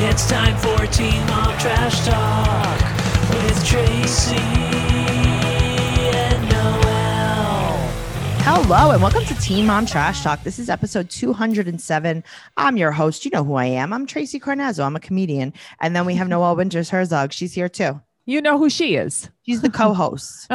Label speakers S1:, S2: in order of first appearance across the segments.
S1: It's time for Team Up Trash Talk with Tracy and Noel.
S2: Hello and welcome to Teen Mom Trash Talk. This is episode 207. I'm your host. You know who I am. I'm Tracy Carnazzo. I'm a comedian. And then we have Noelle Winters Herzog. She's here too.
S3: You know who she is.
S2: She's the co-host.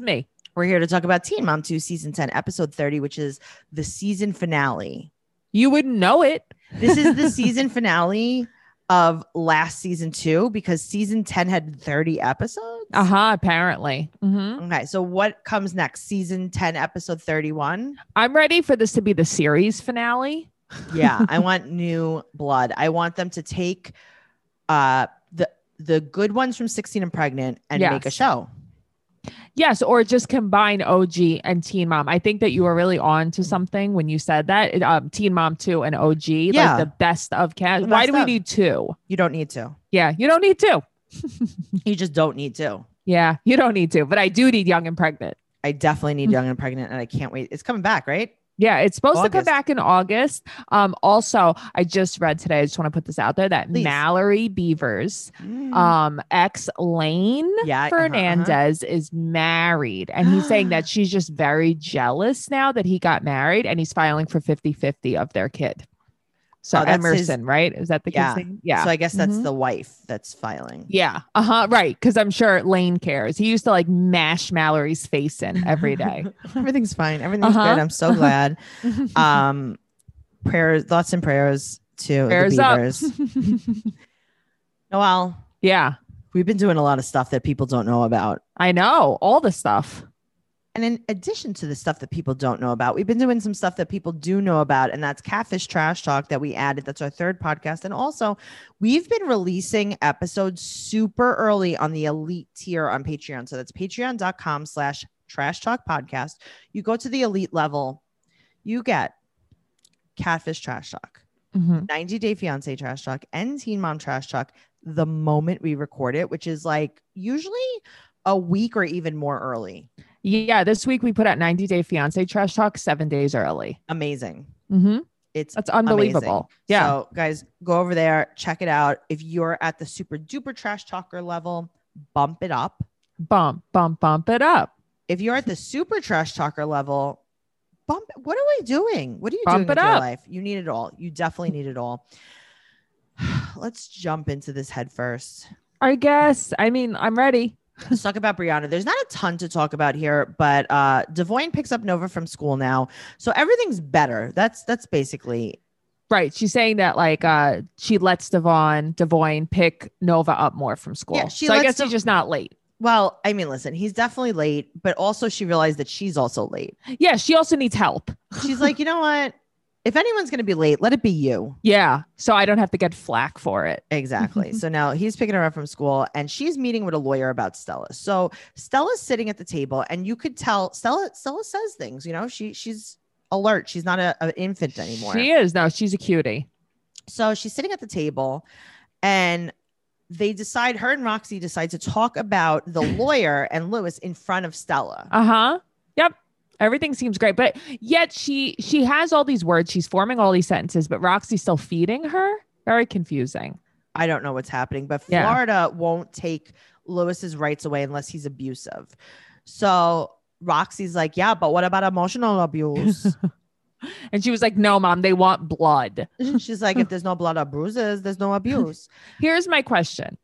S3: me.
S2: We're here to talk about Teen Mom 2 season 10 episode 30 which is the season finale.
S3: You would know it.
S2: This is the season finale of last season 2 because season 10 had 30 episodes.
S3: Uh huh. Apparently. hmm
S2: Okay, so what comes next? Season 10 episode 31?
S3: I'm ready for this to be the series finale.
S2: yeah i want new blood i want them to take uh the the good ones from 16 and pregnant and make a
S3: Yes.
S2: show
S3: Yes, or just combine OG and Teen Mom. I think that you were really on to something when you said that. It, um, Teen Mom 2 and OG,
S2: Yeah.
S3: like the best of cast.
S2: The
S3: Why
S2: best
S3: do we
S2: of.
S3: need two?
S2: you don't need to
S3: Yeah, you don't need two.
S2: you just don't need to
S3: Yeah, you don't need to, but I do need Young and Pregnant.
S2: i definitely need young and pregnant and i can't wait it's coming back right
S3: Yeah, it's supposed to come
S2: August.
S3: back in August. Um, also, I just read today, I just want to put this out there that
S2: Please.
S3: Mallory Beavers,
S2: Uh,
S3: um, ex Lane
S2: yeah uh-huh, uh-huh.
S3: Fernandez is married, and he's saying that she's just very jealous now that he got married and he's filing for 50 50 of their kid. So
S2: Oh, that's his-
S3: Emerson, right? Is that the
S2: Yeah.
S3: kid's name? Yeah.
S2: uh-huh. so i guess that's
S3: Mhm.
S2: the wife that's filing
S3: yeah. Uh huh. Right. Because I'm sure Lane cares. He used to like mash Mallory's face in every day.
S2: everything's fine everything's
S3: Uh-huh.
S2: good i'm so glad um prayers thoughts and prayers to
S3: Prayers
S2: the
S3: up.
S2: beavers noel
S3: yeah.
S2: we've been doing a lot of stuff that people don't know about
S3: I know all the stuff.
S2: And in addition to the stuff that people don't know about, we've been doing some stuff that people do know about, and that's Catfish Trash Talk that we added. That's our third podcast. And also, we've been releasing episodes super early on the elite tier on Patreon. So that's patreon.com slash trash talk podcast. You go to the elite level, you get Catfish Trash Talk.
S3: Mhm.
S2: 90 Day Fiance Trash Talk and Teen Mom Trash Talk the moment we record it, which is like usually a week or even more early.
S3: Yeah. This week we put out 90 Day Fiance Trash Talk seven days early.
S2: Amazing.
S3: hmm
S2: It's
S3: That's unbelievable. Yeah.
S2: So, guys, go over there, check it out. If you're at the super duper trash talker level, bump it up.
S3: bump, bump, bump it up.
S2: If you're at the super trash talker level, bump. What are we doing? What are you doing
S3: Bump it
S2: with your
S3: up.
S2: life? You need it all. You definitely need it all. Let's jump into this head first.
S3: I guess. I mean, I'm ready.
S2: Let's talk about Brianna. There's not a ton to talk about here, but uh Devoyne picks up Nova from school now, so everything's better. That's that's basically
S3: Right. She's saying that like uh she lets Devon Devoyne pick Nova up more from school.
S2: Yeah, she
S3: so I
S2: lets
S3: guess
S2: Dev-
S3: he's just not late.
S2: well. I mean, listen, he's definitely late, but also she realized that she's also late.
S3: Yeah, she also needs help.
S2: She's like, you know what? If anyone's going to be late, let it be you.
S3: Yeah. So I don't have to get flack for it.
S2: Exactly. so now he's picking her up from school and she's meeting with a lawyer about Stella. So Stella's sitting at the table and you could tell Stella Stella says things, you know, she she's alert. She's not a, an infant anymore.
S3: She is. No, she's a cutie.
S2: so she's sitting at the table and they decide her and Roxy decide to talk about the lawyer and Lewis in front of Stella.
S3: Uh-huh. Yep. Everything seems great. But yet she she has all these words. She's forming all these sentences, but Roxy's still feeding her. Very confusing.
S2: I don't know what's happening, but
S3: Yeah.
S2: Florida won't take Lewis's rights away unless he's abusive. So Roxy's like, yeah, but what about emotional abuse?
S3: And she was like, No, mom, they want blood.
S2: She's like, if there's no blood or bruises, there's no abuse.
S3: Here's my question.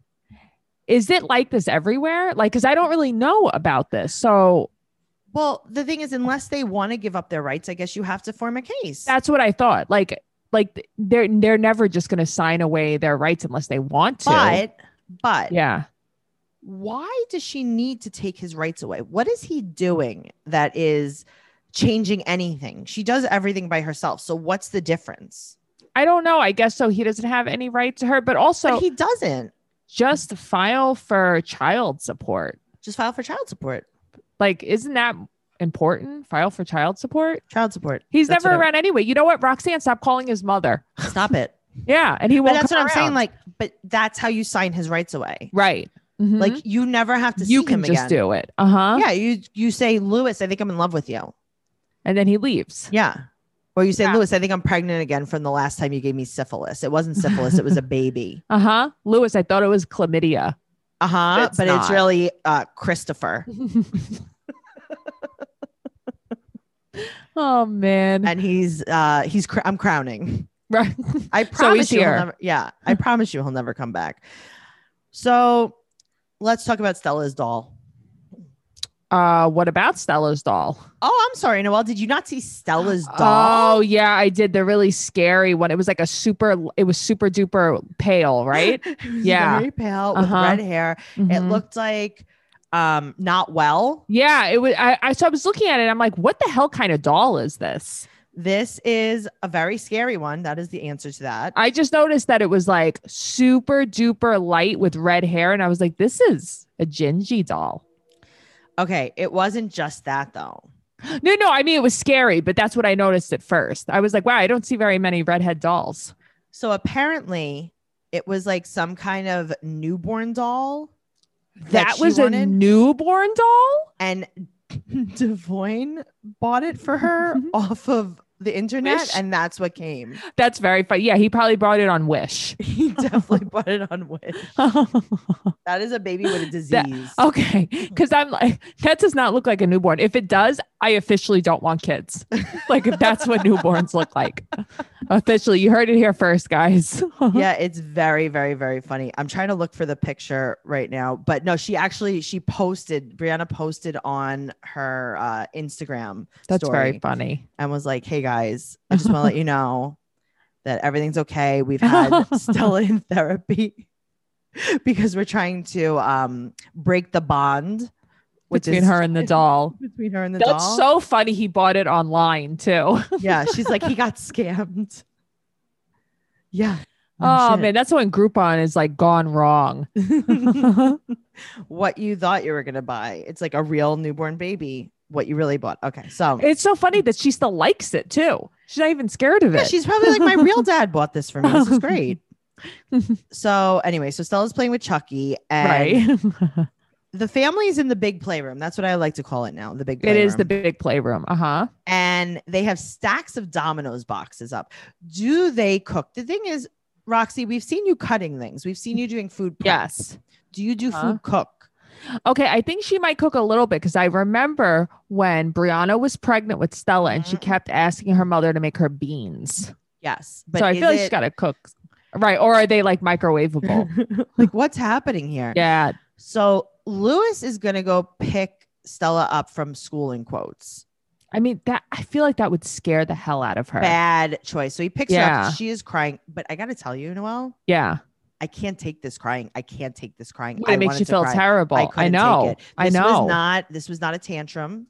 S3: Is it like this everywhere? Like, because I don't really know about this. So
S2: Well, the thing is, unless they want to give up their rights, I guess you have to form a case.
S3: that's what I thought. Like, like they're they're never just gonna sign away their rights unless they want to.
S2: but, but
S3: yeah.
S2: why does she need to take his rights away? What is he doing that is changing anything? She does everything by herself. So what's the difference?
S3: I don't know. I guess so he doesn't have any right to her, but also
S2: but he doesn't.
S3: just file for child support.
S2: Just file for child support.
S3: Like, isn't that important? File for child support?
S2: Child support.
S3: He's
S2: That's
S3: never
S2: what I-
S3: around anyway. You know what? Roxanne, stop calling his mother.
S2: Stop it.
S3: Yeah. And he
S2: but
S3: won't.
S2: that's what
S3: come
S2: I'm saying.
S3: around.
S2: Like, but that's how you sign his rights away.
S3: right. Mhm.
S2: Like you never have to
S3: you
S2: see
S3: can
S2: him
S3: just
S2: again.
S3: do it. Uh huh.
S2: Yeah, you you say, Lewis, I think I'm in love with you.
S3: And then he leaves.
S2: Yeah. Where you say,
S3: Yeah.
S2: Lewis, I think I'm pregnant again from the last time you gave me syphilis. It wasn't syphilis, it was a baby.
S3: Uh huh. Lewis, I thought it was chlamydia.
S2: Uh huh.
S3: It's
S2: But
S3: not.
S2: it's really uh, Christopher.
S3: oh man.
S2: and he's, uh, he's, cr- I'm crowning.
S3: Right.
S2: I
S3: he's
S2: promise you. he'll
S3: here. Mm-hmm.
S2: never- yeah. I promise you he'll never come back. So let's talk about Stella's doll.
S3: Uh, what about Stella's doll?
S2: Oh, I'm sorry, Noel. Did you not see Stella's doll?
S3: Oh yeah, I did the really scary one. It was like a super. It was super duper pale, right?
S2: It was
S3: Yeah.
S2: Very pale with
S3: Uh-huh.
S2: red hair. It
S3: Mhm.
S2: looked like um not well.
S3: Yeah, it was. I, I so I was looking at it. I'm like, what the hell kind of doll is this?
S2: This is a very scary one. That is the answer to that.
S3: I just noticed that it was like super duper light with red hair, and I was like, this is a Gingy doll.
S2: Okay, it wasn't just that though.
S3: No, no, I mean it was scary, but that's what I noticed at first. I was like, wow, I don't see very many redhead dolls.
S2: So apparently, it was like some kind of newborn doll,
S3: That,
S2: she
S3: was a
S2: wanted?
S3: newborn doll.
S2: and Devoyne bought it for her off of the internet,
S3: Wish.
S2: and that's what came.
S3: That's very funny. Yeah, he probably brought it on Wish.
S2: He definitely bought it on Wish. That is a baby with a disease.
S3: That- Okay, because I'm like, that does not look like a newborn. If it does, I officially don't want kids. Like, if that's what newborns look like, officially, you heard it here first, guys.
S2: yeah, it's very, very, very funny. I'm trying to look for the picture right now, but no, she actually she posted. Brianna posted on her uh, Instagram
S3: that's
S2: story
S3: very funny.
S2: and was like, "Hey guys, I just want to let you know that everything's okay. We've had Stella in therapy because we're trying to um, break the bond which
S3: Between
S2: is-
S3: her and the doll.
S2: between her and the
S3: That's
S2: doll." Oh,
S3: so funny. He bought it online too.
S2: yeah, she's like, he got scammed. Yeah.
S3: Oh
S2: shit.
S3: man, that's when Groupon is like gone wrong.
S2: what you thought you were gonna buy. It's like a real newborn baby. What you really bought. Okay, so
S3: It's so funny that she still likes it too. She's not even scared of it.
S2: yeah, she's probably like my real dad bought this for me. This is great. so anyway, so Stella's playing with Chucky, and
S3: right.
S2: the family is in the big playroom. That's what I like to call it now. The big.
S3: it
S2: Playroom.
S3: is the big playroom. Uh huh.
S2: and they have stacks of Domino's boxes up. Do they cook? The thing is, Roxy, we've seen you cutting things. We've seen you doing food. prep.
S3: Yes.
S2: Do you do
S3: Uh-huh.
S2: food cook?
S3: Okay, I think she might cook a little bit because I remember when Brianna was pregnant with Stella and she
S2: Mhm.
S3: kept asking her mother to make her beans.
S2: Yes, but
S3: so I
S2: is
S3: feel like she's
S2: it-
S3: got to cook. Right. Or are they like microwavable?
S2: like what's happening here?
S3: yeah.
S2: So Lewis is going to go pick Stella up from school in quotes.
S3: I mean, that I feel like that would scare the hell out of her.
S2: Bad choice. So he picks her
S3: Yeah.
S2: up. She is crying. But I got to tell you, Noel,
S3: Yeah.
S2: I can't take this crying. I can't take this crying.
S3: It
S2: I
S3: makes
S2: wanted
S3: you
S2: to
S3: feel
S2: cry.
S3: terrible.
S2: I
S3: I,
S2: couldn't
S3: know.
S2: Take it.
S3: I
S2: This
S3: know.
S2: Was not, this was not a tantrum.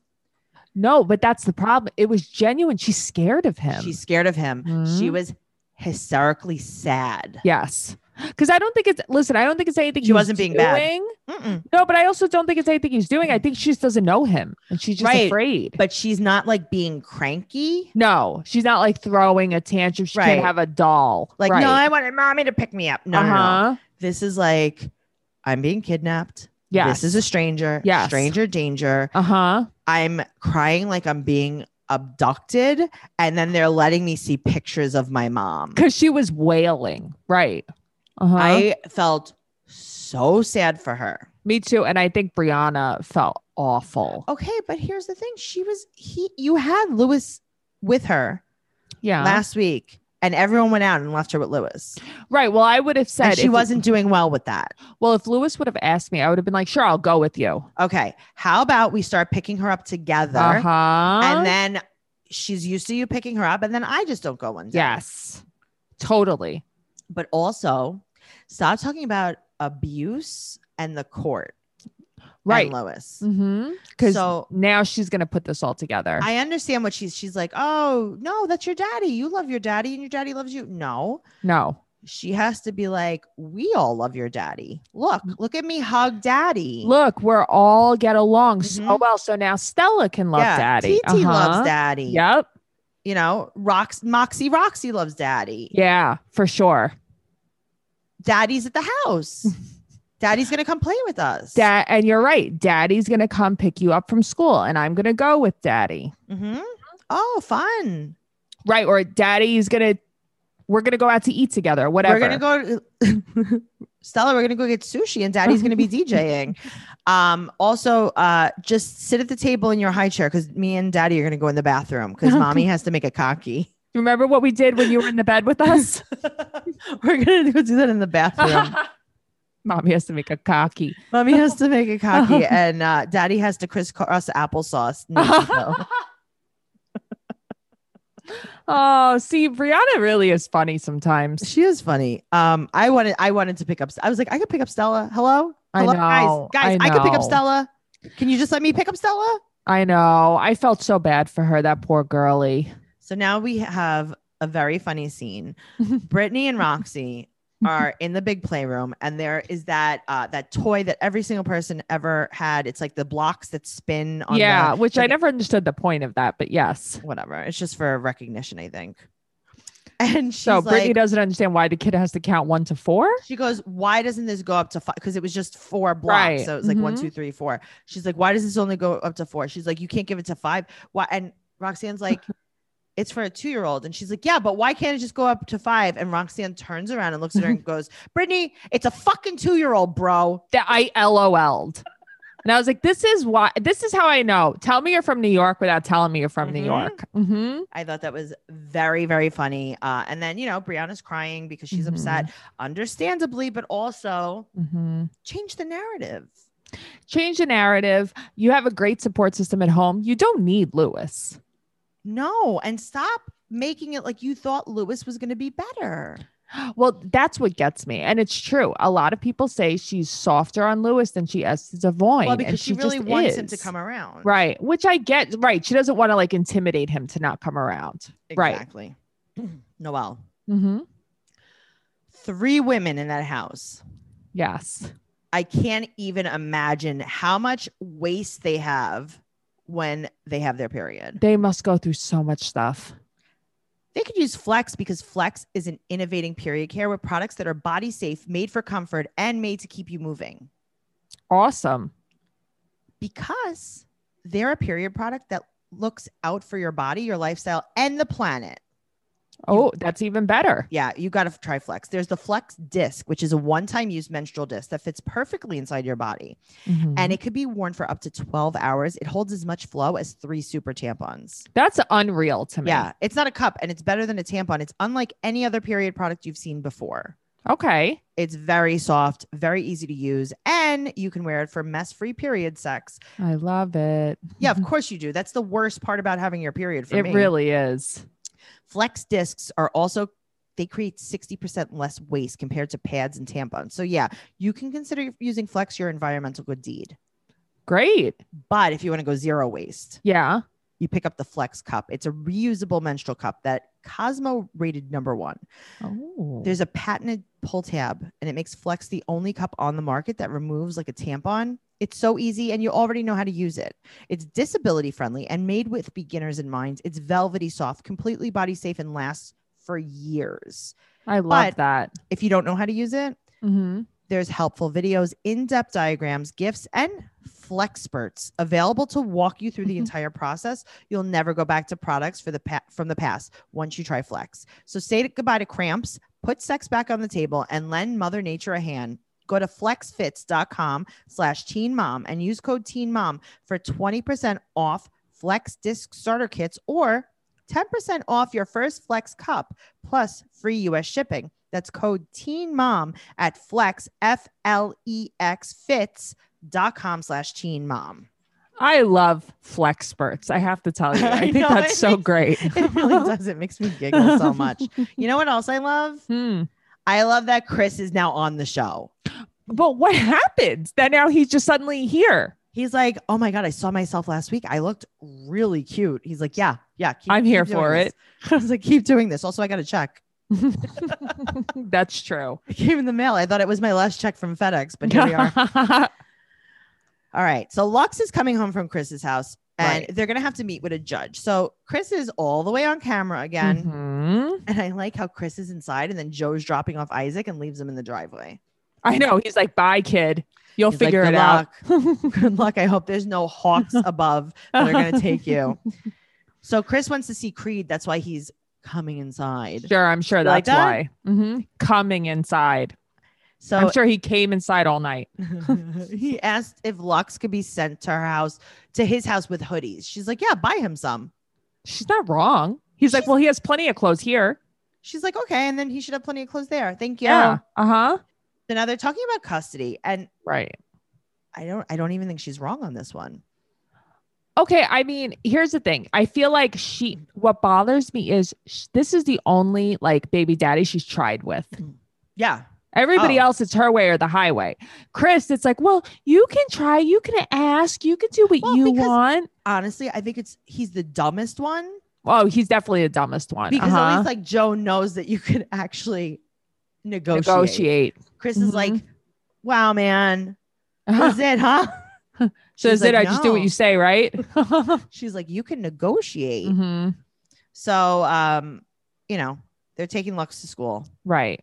S3: no, but that's the problem. It was genuine. She's scared of him.
S2: She's scared of him. She
S3: Mhm.
S2: was hysterically sad.
S3: yes. Because I don't think it's listen, I don't think it's anything
S2: She
S3: he's
S2: wasn't being bad.
S3: doing.
S2: Mm-mm.
S3: No, but I also don't think it's anything he's doing. I think she just doesn't know him and she's just
S2: Right.
S3: afraid.
S2: But she's not like being cranky.
S3: No, she's not like throwing a tantrum. She
S2: Right.
S3: can't have a doll.
S2: Like,
S3: right.
S2: no, I wanted mommy to pick me up. No, no, no.
S3: uh-huh.
S2: This is like, I'm being kidnapped.
S3: Yes.
S2: This is a stranger.
S3: Yes.
S2: Stranger danger.
S3: uh huh.
S2: I'm crying like I'm being abducted. And then they're letting me see pictures of my mom.
S3: Because she was wailing. Right. Uh huh.
S2: I felt so sad for her.
S3: Me too. And I think Brianna felt awful.
S2: Okay, but here's the thing. She was he you had Lewis with her
S3: yeah.
S2: last week and everyone went out and left her with Lewis.
S3: right. Well, I would have said
S2: And she
S3: if-
S2: wasn't doing well with that.
S3: Well, if Lewis would have asked me, I would have been like, sure, I'll go with you.
S2: Okay. How about we start picking her up together
S3: Uh huh.
S2: and then she's used to you picking her up and then I just don't go one day.
S3: yes, totally.
S2: But also stop talking about abuse and the court.
S3: Right.
S2: And Lois.
S3: Mm-hmm. Because
S2: So-
S3: now she's gonna put this all together.
S2: I understand what she's she's like, oh no, that's your daddy. You love your daddy and your daddy loves you. No.
S3: no.
S2: She has to be like, we all love your daddy. Look, look at me hug daddy.
S3: Mm. Look, we're all get along so
S2: Mhm.
S3: well. So now Stella can love daddy.
S2: TT
S3: Uh-huh.
S2: loves daddy.
S3: Yep.
S2: You know, Rox Moxie Roxy loves daddy.
S3: Yeah, for sure.
S2: Daddy's at the house. Daddy's gonna come play with us.
S3: Dad, and you're right. Daddy's gonna come pick you up from school, and I'm gonna go with Daddy.
S2: hmm Oh, Mm-hmm. fun.
S3: right? Or daddy's gonna, we're gonna go out to eat together, whatever.
S2: We're gonna go, Stella. We're gonna go get sushi, and Daddy's gonna be DJing. Um, also, uh, just sit at the table in your high chair because me and Daddy are gonna go in the bathroom because Mommy has to make a cocky.
S3: Remember what we did when you were in the bed with us?
S2: we're gonna go do that in the bathroom.
S3: Mommy has to make a cocky.
S2: Mommy has to make a cocky, and uh, Daddy has to crisscross applesauce. Nunchito.
S3: Oh, see, Brianna really is funny sometimes.
S2: she is funny. Um, I wanted, I wanted to pick up. I was like, I could pick up Stella. Hello,
S3: I
S2: Hello,
S3: know,
S2: guys, guys.
S3: I
S2: I, could pick up
S3: know.
S2: Stella. Can you just let me pick up Stella?
S3: I know. I felt so bad for her, that poor girlie.
S2: So now we have a very funny scene. Brittany and Roxy are in the big playroom, and there is that uh, that toy that every single person ever had. It's like the blocks that spin on.
S3: yeah,
S2: the-
S3: which I
S2: like-
S3: never understood the point of that, but yes.
S2: Whatever. It's just for recognition, I think. And she's
S3: So Brittany
S2: like,
S3: doesn't understand why the kid has to count one to four.
S2: she goes, "Why doesn't this go up to five? Because it was just four blocks,
S3: Right.
S2: so it was like one,
S3: Mhm.
S2: two, three, four. She's like, "Why does this only go up to four? She's like, "You can't give it to five. Why?" And Roxanne's like, "It's for a two-year-old," and she's like, "Yeah, but why can't it just go up to five? And Roxanne turns around and looks at her and goes, "Brittany, it's a fucking two-year-old, bro."
S3: That I LOL'd. And I was like, this is why, this is how I know. Tell me you're from New York without telling me you're from
S2: Mhm.
S3: New York. hmm
S2: I thought that was very, very funny. Uh, and then you know, Brianna's crying because she's
S3: Mhm.
S2: upset, understandably, but also
S3: hmm
S2: change the narrative.
S3: Change the narrative. You have a great support system at home. You don't need Lewis.
S2: No, and stop making it like you thought Lewis was going to be better.
S3: Well, that's what gets me. And it's true. A lot of people say she's softer on Lewis than she is to Devoyne.
S2: Well,
S3: and
S2: because she, really
S3: just
S2: wants him to
S3: is.
S2: come around.
S3: Right. Which I get. Right. She doesn't want to like intimidate him to not come around. Right.
S2: Exactly. Noelle,
S3: Mm-hmm.
S2: three women in that house.
S3: Yes.
S2: I can't even imagine how much waste they have when they have their period.
S3: They must go through so much stuff.
S2: They could use Flex because Flex is an innovating period care with products that are body safe, made for comfort, and made to keep you moving.
S3: Awesome.
S2: Because they're a period product that looks out for your body, your lifestyle, and the planet.
S3: Oh, that's even better.
S2: Yeah, you got to try Flex. There's the Flex disc, which is a one time use menstrual disc that fits perfectly inside your body.
S3: Mm-hmm.
S2: And it could be worn for up to 12 hours. It holds as much flow as three super tampons.
S3: that's unreal to me.
S2: Yeah, it's not a cup and it's better than a tampon. It's unlike any other period product you've seen before.
S3: Okay.
S2: It's very soft, very easy to use, and you can wear it for mess free period sex.
S3: I love it.
S2: Yeah, of course you do. That's the worst part about having your period for
S3: it
S2: me.
S3: really is.
S2: Flex discs are also they create 60% less waste compared to pads and tampons. So yeah, you can consider using Flex your environmental good deed.
S3: Great.
S2: But if you want to go zero waste,
S3: Yeah.
S2: you pick up the Flex cup. It's a reusable menstrual cup that Cosmo rated number 1.
S3: Oh.
S2: There's a patented pull tab and it makes Flex the only cup on the market that removes like a tampon. It's so easy and you already know how to use it. It's disability friendly and made with beginners in mind. It's velvety soft, completely body safe and lasts for years.
S3: I love
S2: but-
S3: that.
S2: If you don't know how to use it,
S3: Mm-hmm.
S2: there's helpful videos, in-depth diagrams, gifts, and flexperts available to walk you through the
S3: Mhm.
S2: entire process. You'll never go back to products for the pa- from the past once you try Flex. So say goodbye to cramps, put sex back on the table, and lend Mother Nature a hand. Go to flexfits.com slash teen mom and use code teen mom for 20% off Flex Disc Starter Kits or 10% off your first Flex Cup plus free US shipping. That's code teen mom at flex f l e x fits dot com slash teen mom.
S3: I love flexperts. I have to tell you.
S2: I
S3: I think
S2: know,
S3: that's
S2: it
S3: so
S2: makes-
S3: great.
S2: It really does. It makes me giggle so much. You know what else I love?
S3: Hmm.
S2: I love that Chris is now on the show.
S3: But what happened? That now he's just suddenly here.
S2: He's like, oh my god, I saw myself last week. I looked really cute. He's like, yeah, yeah. keep-
S3: I'm here
S2: keep doing
S3: for
S2: this." I was like, keep doing this. Also, I got a check.
S3: That's true.
S2: It came in the mail. I thought it was my last check from FedEx, but here we are. All right. So Lux is coming home from Chris's house, and they're gonna have to meet with a judge. So Chris is all the way on camera again.
S3: Mhm.
S2: And I like how Chris is inside and then Joe's dropping off Isaac and leaves him in the driveway.
S3: I know. He's like, bye, kid. You'll
S2: He's like,
S3: figure
S2: "Good
S3: it out.
S2: Good luck. I hope there's no hawks above that are going to take you. So Chris wants to see Creed. That's why he's coming inside.
S3: Sure, I'm sure
S2: Like
S3: that's
S2: that?
S3: why. hmm Coming inside.
S2: So
S3: I'm sure he came inside all night.
S2: he asked if Lux could be sent to her house, to his house with hoodies. She's like, yeah, buy him some.
S3: She's not wrong. He's like,
S2: She's-
S3: well, he has plenty of clothes here.
S2: She's like, okay. And then he should have plenty of clothes there. Thank you.
S3: Uh huh.
S2: So now they're talking about custody. And
S3: Right.
S2: I don't, I don't even think she's wrong on this one.
S3: Okay. I mean, here's the thing. I feel like she, what bothers me is sh- this is the only like baby daddy she's tried with.
S2: Yeah.
S3: Everybody
S2: Oh.
S3: else, it's her way or the highway. Chris, it's like, well, you can try, you can ask, you can do what
S2: Well,
S3: you
S2: because-
S3: want.
S2: Honestly, I think it's, he's the dumbest one
S3: Oh, he's definitely the dumbest one.
S2: because at
S3: Uh-huh.
S2: least like Joe knows that you can actually negotiate.
S3: negotiate.
S2: Chris
S3: Mhm.
S2: is like, wow, man. Is it, huh?
S3: so
S2: She's
S3: is it?
S2: like,
S3: I just do what
S2: "No."
S3: you say, right?
S2: She's like, you can negotiate.
S3: hmm
S2: So, um, you know, they're taking Lux to school.
S3: Right.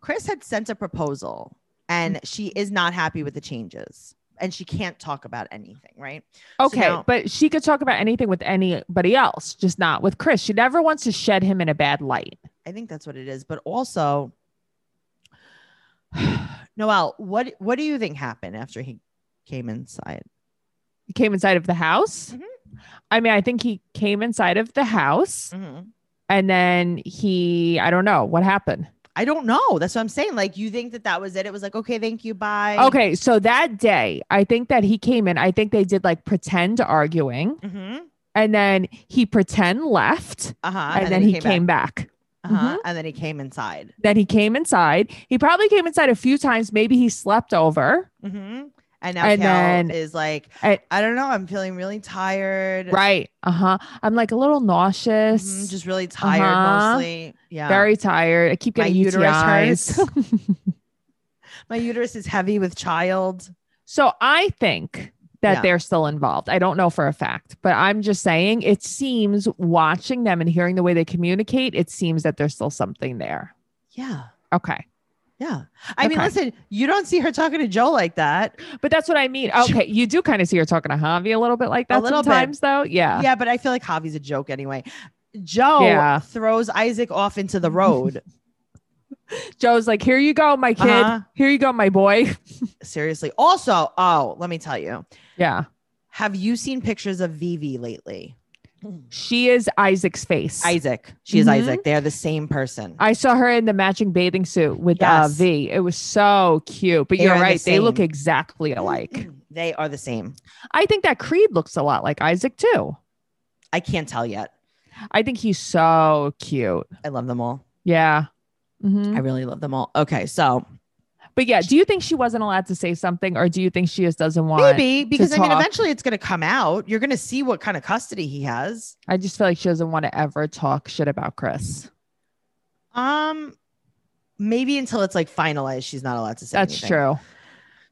S2: Chris had sent a proposal
S3: Mm-hmm.
S2: and she is not happy with the changes and she can't talk about anything, right? So
S3: Okay,
S2: now-
S3: but she could talk about anything with anybody else, just not with Chris. She never wants to shed him in a bad light.
S2: I think that's what it is. But also, Noel, what what do you think happened after he came inside?
S3: He came inside of the house.
S2: Mhm.
S3: I mean, I think he came inside of the house and then he, I don't know what happened.
S2: I don't know. That's what I'm saying. Like, you think that that was it? It was like, okay, thank you, bye.
S3: Okay, so that day, I think that he came in. I think they did like pretend arguing
S2: Mm-hmm.
S3: and then he pretend left
S2: Uh huh.
S3: Ah, and, then, he came, Mm-hmm. back.
S2: Uh huh. And then he came inside.
S3: Then he came inside. He probably came inside a few times. Maybe he slept over.
S2: Mm-hmm. And now
S3: And
S2: Cal
S3: then-
S2: is like,
S3: and-
S2: I don't know. I'm feeling really tired.
S3: Right. Uh huh. I'm like a little nauseous.
S2: Mhm, Just really tired
S3: Uh-huh.
S2: mostly. Yeah.
S3: Very tired. I keep
S2: My
S3: getting
S2: uterus
S3: UTIs.
S2: hurts. My uterus is heavy with child.
S3: so I think that
S2: Yeah.
S3: they're still involved. I don't know for a fact, but I'm just saying it seems watching them and hearing the way they communicate, it seems that there's still something there.
S2: Yeah.
S3: Okay.
S2: Yeah. I mean,
S3: Okay.
S2: listen, you don't see her talking to Joe like that.
S3: But that's what I mean. Okay. You do kind of see her talking to Javi a little bit like that
S2: little bit.
S3: sometimes, though. Yeah.
S2: Yeah, but I feel like Javi's a joke anyway. Joe
S3: Yeah.
S2: throws Isaac off into the road.
S3: Joe's like, here you go, my kid.
S2: Uh-huh.
S3: Here you go, my boy.
S2: Seriously. Also, oh, let me tell you.
S3: Yeah.
S2: Have you seen pictures of Vivi lately?
S3: She is Isaac's face. I,
S2: Isaac. She is
S3: Mhm.
S2: Isaac. They are the same person.
S3: saw her in the matching bathing suit with uh,
S2: Yes.
S3: V. It was so cute. But
S2: They
S3: you're
S2: are the
S3: right. They look
S2: same. Mm-hmm.
S3: exactly alike.
S2: they are the same.
S3: I think that Creed looks a lot like Isaac too.
S2: I can't tell yet.
S3: I think he's so cute.
S2: I love them all.
S3: Yeah. Mhm.
S2: I really love them all. Okay, so
S3: But yeah, do you think she wasn't allowed to say something or do you think she just doesn't want
S2: maybe because I mean,
S3: talk.
S2: eventually it's going to come out. You're going to see what kind of custody he has.
S3: I just feel like she doesn't want to ever talk shit about Chris.
S2: Um, maybe until it's like finalized, she's not allowed to say.
S3: That's
S2: anything.
S3: true.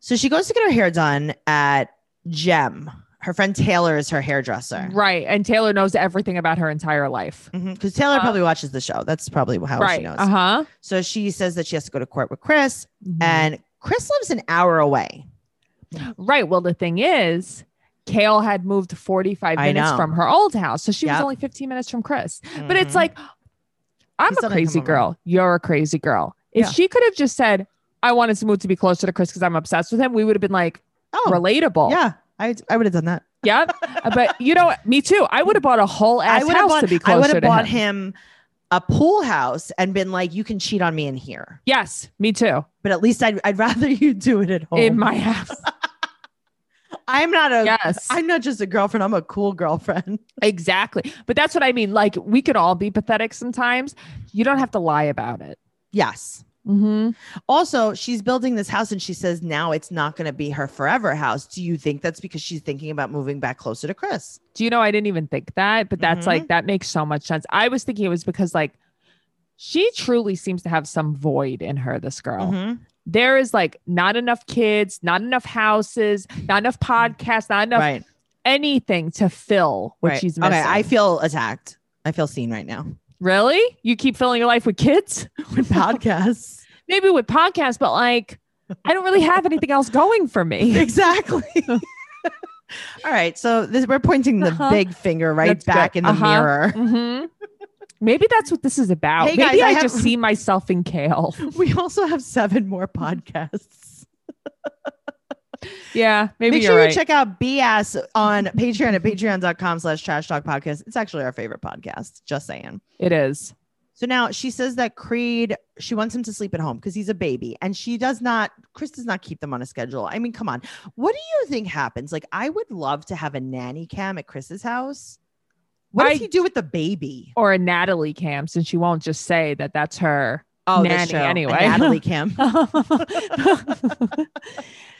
S2: So she goes to get her hair done at Gem. Her friend Taylor is her hairdresser.
S3: Right. And Taylor knows everything about her entire life.
S2: Because Taylor
S3: Uh,
S2: probably watches the show. That's probably how
S3: right.
S2: Oh, she knows.
S3: Uh huh.
S2: So she says that she has to go to court with Chris,
S3: Mm-hmm.
S2: and Chris lives an hour away.
S3: right. Well, the thing is, Kale had moved 45
S2: I
S3: minutes
S2: know.
S3: from her old house. So she was
S2: Yep.
S3: only 15 minutes from Chris. But it's
S2: Mhm.
S3: like, I'm
S2: He
S3: a
S2: still didn't
S3: crazy
S2: come over.
S3: girl. You're a crazy girl. If
S2: Yeah.
S3: she could have just said, I wanted to move to be closer to Chris because I'm obsessed with him, we would have been like,
S2: oh,
S3: relatable.
S2: yeah, I I would have done that.
S3: Yep. Uh, but you know, what? me too. I would have bought a whole ass
S2: I would have
S3: house
S2: bought,
S3: to be
S2: I would
S3: closer
S2: have
S3: to him.
S2: bought him. a pool house and been like, you can cheat on me in here,
S3: Yes, me too.
S2: but at least I'd, I'd rather you do it at home.
S3: In my house.
S2: I'm not a,
S3: Yes.
S2: am not just a girlfriend. I'm a cool girlfriend.
S3: Exactly. But that's what I mean. Like we could all be pathetic sometimes. You don't have to lie about it.
S2: Yes.
S3: Mm-hmm.
S2: Also, she's building this house and she says now it's not going to be her forever house. Do you think that's because she's thinking about moving back closer to Chris?
S3: Do you know I didn't even think that, but that's
S2: Mhm.
S3: like that makes so much sense. I was thinking it was because like she truly seems to have some void in her, this girl.
S2: Mhm.
S3: There is like not enough kids, not enough houses, not enough podcasts, not enough
S2: Mm-hmm. Right.
S3: anything to fill what
S2: right.
S3: she's missing.
S2: Okay. I feel attacked. I feel seen right now.
S3: really? You keep filling your life with kids?
S2: With podcasts.
S3: Maybe with podcasts, but like I don't really have anything else going for me.
S2: exactly. All right. So this, we're pointing the
S3: Uh-huh.
S2: big finger right
S3: That's good.
S2: back in the
S3: Uh-huh.
S2: mirror.
S3: Mm-hmm. Maybe that's what this is about.
S2: Hey,
S3: Maybe
S2: guys, I
S3: I,
S2: have-
S3: just see myself in kale.
S2: We also have seven more podcasts.
S3: Yeah, maybe
S2: Make
S3: you're
S2: sure
S3: right.
S2: you check out BS on Patreon at patreon.com slash trash talk podcast. It's actually our favorite podcast. Just saying.
S3: it is.
S2: So now she says that Creed, she wants him to sleep at home because he's a baby. And she does not, Chris does not keep them on a schedule. I mean, come on. What do you think happens? Like, I would love to have a nanny cam at Chris's house. What does
S3: I-
S2: he do with the baby?
S3: Or a Natalie cam, since she won't just say that that's her. nanny
S2: A
S3: anyway.
S2: Natalie cam.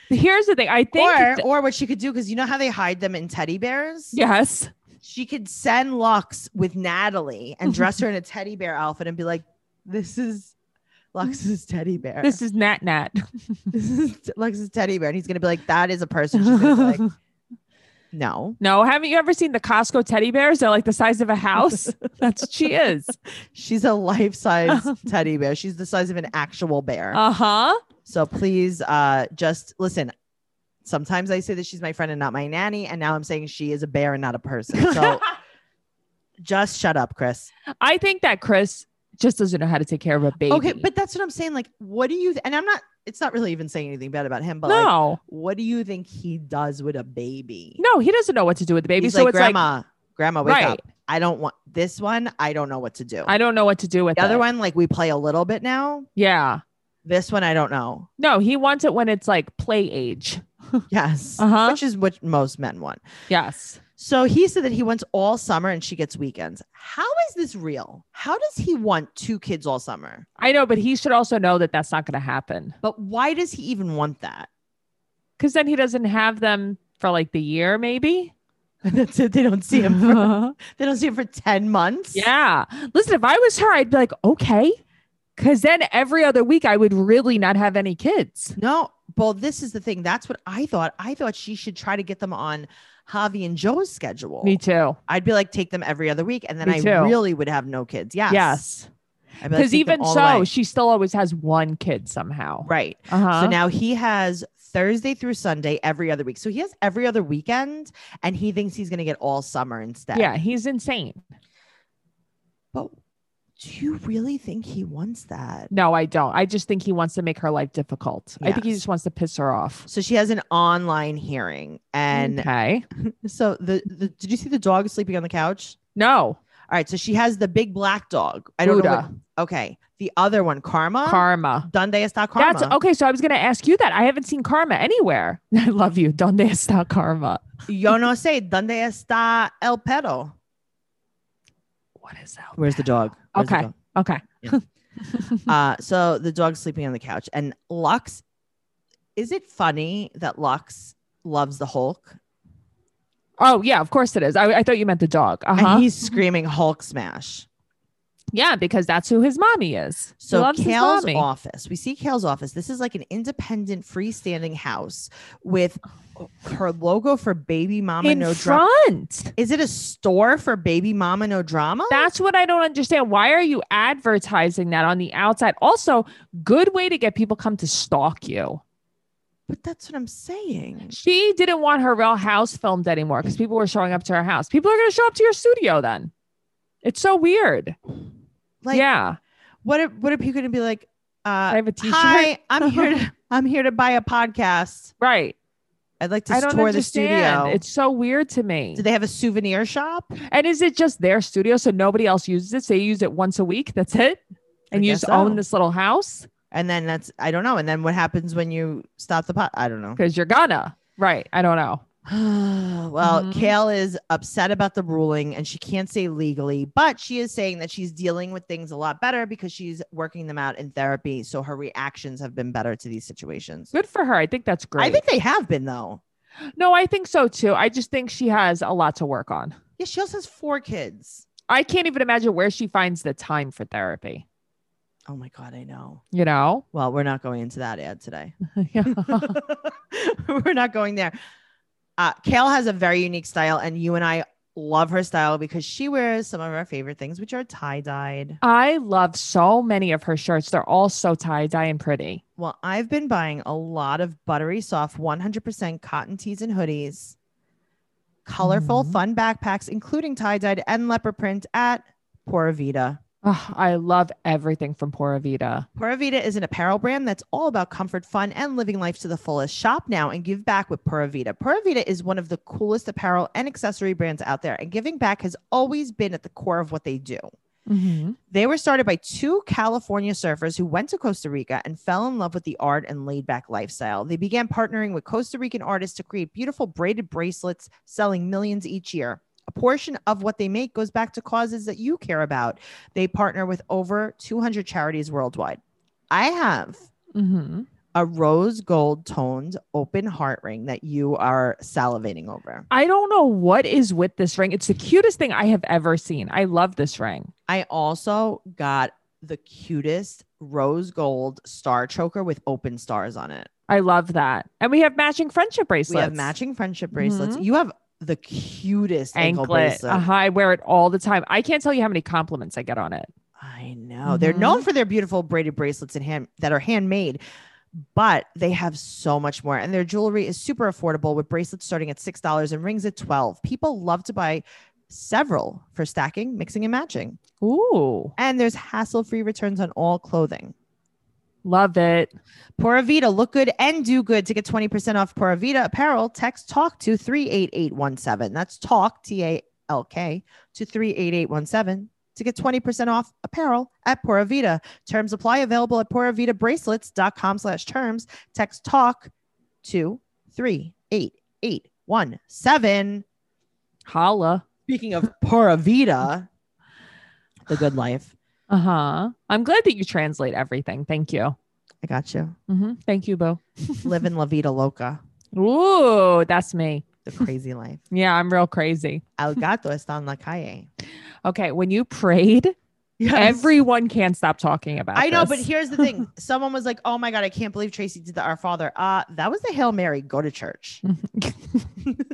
S3: Here's the thing. I think.
S2: or,
S3: th-
S2: or what she could do, because you know how they hide them in teddy bears?
S3: yes.
S2: She could send Lux with Natalie and dress her in a teddy bear outfit and be like, this is Lux's teddy bear.
S3: This is Nat Nat.
S2: this is Lux's teddy bear. And he's going to be like, that is a person. She's going to be like, no,
S3: no, haven't you ever seen the Costco teddy bears? They're like the size of a house. That's what she is.
S2: she's a life size teddy bear. She's the size of an actual bear.
S3: Uh huh.
S2: so please uh, just listen. Sometimes I say that she's my friend and not my nanny. And now I'm saying she is a bear and not a person. So just shut up, Chris.
S3: I think that Chris just doesn't know how to take care of a baby.
S2: Okay. But that's what I'm saying. Like, what do you, th- and I'm not, it's not really even saying anything bad about him, but like,
S3: no,
S2: what do you think he does with a baby?
S3: no, he doesn't know what to do with the baby.
S2: He's
S3: so
S2: like,
S3: it's like,
S2: grandma, grandma, wake
S3: Right.
S2: up. I don't want this one. I don't know what to do.
S3: I don't know what to do with
S2: The other
S3: it.
S2: one, like we play a little bit now.
S3: Yeah.
S2: This one, I don't know.
S3: No, he wants it when it's like play age.
S2: Yes.
S3: Uh huh.
S2: Which is what most men want.
S3: Yes.
S2: So he said that he wants all summer and she gets weekends. How is this real? How does he want two kids all summer?
S3: I know, but he should also know that that's not going to happen
S2: But why does he even want that?
S3: because then he doesn't have them for like the year, maybe.
S2: That's it. They don't see him. For, they don't see him for 10 months.
S3: yeah. Listen, if I was her, I'd be like, okay. Because then every other week, I would really not have any kids.
S2: No. Well, this is the thing. That's what I thought. I thought she should try to get them on Javi and Joe's schedule.
S3: Me too.
S2: I'd be like, take them every other week. And then
S3: Me
S2: I
S3: too.
S2: really would have no kids. Yes.
S3: Yes.
S2: I'd be like,
S3: Because
S2: take them
S3: even
S2: all the
S3: so,
S2: way.
S3: she still always has one kid somehow.
S2: right.
S3: Uh huh.
S2: So now he has Thursday through Sunday every other week. So he has every other weekend and he thinks he's going to get all summer instead.
S3: yeah, he's insane.
S2: But do you really think he wants that?
S3: No, I don't. I just think he wants to make her life difficult. I think he
S2: Yes.
S3: just wants to piss her off.
S2: So she has an online hearing. And
S3: okay.
S2: so the, the did you see the dog sleeping on the couch?
S3: No.
S2: All right. So she has the big black dog. I don't know.
S3: Buddha.
S2: what- okay. The other one, Karma.
S3: Karma.
S2: Donde está Karma?
S3: That's okay. So I was going to ask you that. I haven't seen Karma anywhere. I love you. Donde está Karma?
S2: Yo no sé. Donde está el perro?
S3: What is that?
S2: Where's the dog? Where's the
S3: Okay.
S2: dog?
S3: Okay.
S2: uh, so the dog's sleeping on the couch, and Lux. Is it funny that Lux loves the Hulk
S3: Oh, yeah. Of course it is. I, I thought you meant the dog. Uh
S2: and
S3: huh.
S2: he's screaming Hulk smash?
S3: Yeah, because that's who his mommy is. He
S2: So
S3: loves his
S2: Kale's
S3: mommy.
S2: office. We see Kale's office. This is like an independent, freestanding house with her logo for Baby Mama
S3: in
S2: No Drama.
S3: front.
S2: Is it a store for Baby Mama No Drama?
S3: That's what I don't understand. Why are you advertising that on the outside? Also, good way to get people come to stalk you.
S2: but that's what I'm saying.
S3: She didn't want her real house filmed anymore because people were showing up to her house. People are going to show up to your studio then. It's so weird.
S2: Like,
S3: yeah.
S2: what if what if you're gonna be like,
S3: I
S2: uh,
S3: have a t shirt.
S2: "Hi, I'm here. To, I'm here to buy a podcast."
S3: Right.
S2: I'd like to
S3: I don't
S2: tour the
S3: understand.
S2: studio.
S3: It's so weird to me.
S2: Do they have a souvenir shop?
S3: and is it just their studio? So nobody else uses it. So they use it once a week. That's it. And you
S2: guess
S3: just own
S2: so.
S3: this little house
S2: And then that's I don't know. And then what happens when you stop the pot? I don't know.
S3: because you're gonna. Right. I don't know.
S2: well,
S3: Mhm.
S2: Kale is upset about the ruling and she can't say legally, but she is saying that she's dealing with things a lot better because she's working them out in therapy. So her reactions have been better to these situations.
S3: Good for her. I think that's great.
S2: I think they have been though.
S3: No, I think so too. I just think she has a lot to work on.
S2: Yeah, she also has four kids.
S3: I can't even imagine where she finds the time for therapy,
S2: Oh my god, I know.
S3: you know?
S2: Well, we're not going into that ad today.
S3: Yeah.
S2: We're not going there. Uh, Kale has a very unique style, and you and I love her style because she wears some of our favorite things, which are tie dyed.
S3: I love so many of her shirts. They're all so tie dye and pretty.
S2: Well, I've been buying a lot of buttery soft, 100% cotton tees and hoodies, colorful,
S3: Mhm.
S2: fun backpacks, including tie dyed and leopard print at Pura Vida.
S3: Oh, I love everything from Pura Vida.
S2: Pura Vida is an apparel brand that's all about comfort, fun, and living life to the fullest. Shop now and give back with Pura Vida. Pura Vida is one of the coolest apparel and accessory brands out there, and giving back has always been at the core of what they do. They were started by two California surfers who went to Costa Rica and fell in love with the art and laid back lifestyle. They began partnering with Costa Rican artists to create beautiful braided bracelets, selling millions each year. A portion of what they make goes back to causes that you care about. They partner with over 200 charities worldwide. I have
S3: Mm-hmm.
S2: a rose gold toned open heart ring that you are salivating over.
S3: I don't know what is with this ring. It's the cutest thing I have ever seen. I love this ring.
S2: I also got the cutest rose gold star choker with open stars on it.
S3: I love that. And we have matching friendship bracelets. Mm-hmm.
S2: We have matching friendship bracelets. You have the cutest ankle,
S3: anklet.
S2: bracelet.
S3: Uh-huh, I wear it all the time. I can't tell you how many compliments I get on it.
S2: I know. They're
S3: Mm-hmm.
S2: known for their beautiful braided bracelets and hand that are handmade, but they have so much more. And their jewelry is super affordable with bracelets starting at six dollars and rings at twelve. People love to buy several for stacking, mixing, and matching.
S3: Ooh,
S2: And there's hassle-free returns on all clothing.
S3: love it.
S2: Pura Vida, look good and do good. To get 20% off Pura Vida apparel, text TALK to 38817. That's TALK, T A L K, to 38817 to get 20% off apparel at Pura Vida. Terms apply available at puravitabracelets.com slash terms. Text TALK to 38817.
S3: Holla.
S2: Speaking of Pura Vida, the good life.
S3: Uh huh. I'm glad that you translate everything. Thank you.
S2: I got you.
S3: hmm Thank you, Bo.
S2: Live in La Vida Loca,
S3: Ooh, that's me.
S2: the crazy life.
S3: Yeah, I'm real crazy.
S2: El gato está en la calle.
S3: Okay, when you prayed, everyone can't stop talking about.
S2: I know, but
S3: this.
S2: here's the thing. Someone was like, "Oh my god, I can't believe Tracy did the Our Father." Uh, that was the Hail Mary. Go to church.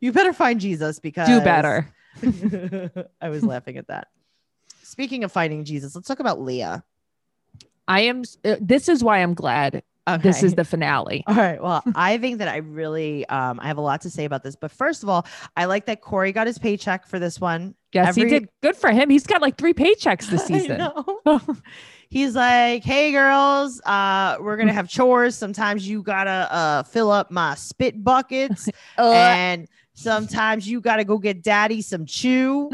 S2: you better find Jesus because
S3: do better.
S2: I was laughing at that. Speaking of finding Jesus, let's talk about Leah.
S3: I am. uh, This is why I'm glad
S2: Okay.
S3: this is the finale.
S2: all right. Well, I think that I really um I have a lot to say about this, but first of all, I like that Corey got his paycheck for this one.
S3: Yes,
S2: Every-
S3: he did good for him. He's got like three paychecks this
S2: I
S3: season.
S2: know. He's like, "Hey girls, uh, we're gonna have chores. Sometimes you gotta uh, fill up my spit buckets,
S3: Uh,
S2: and sometimes you gotta go get daddy some chew,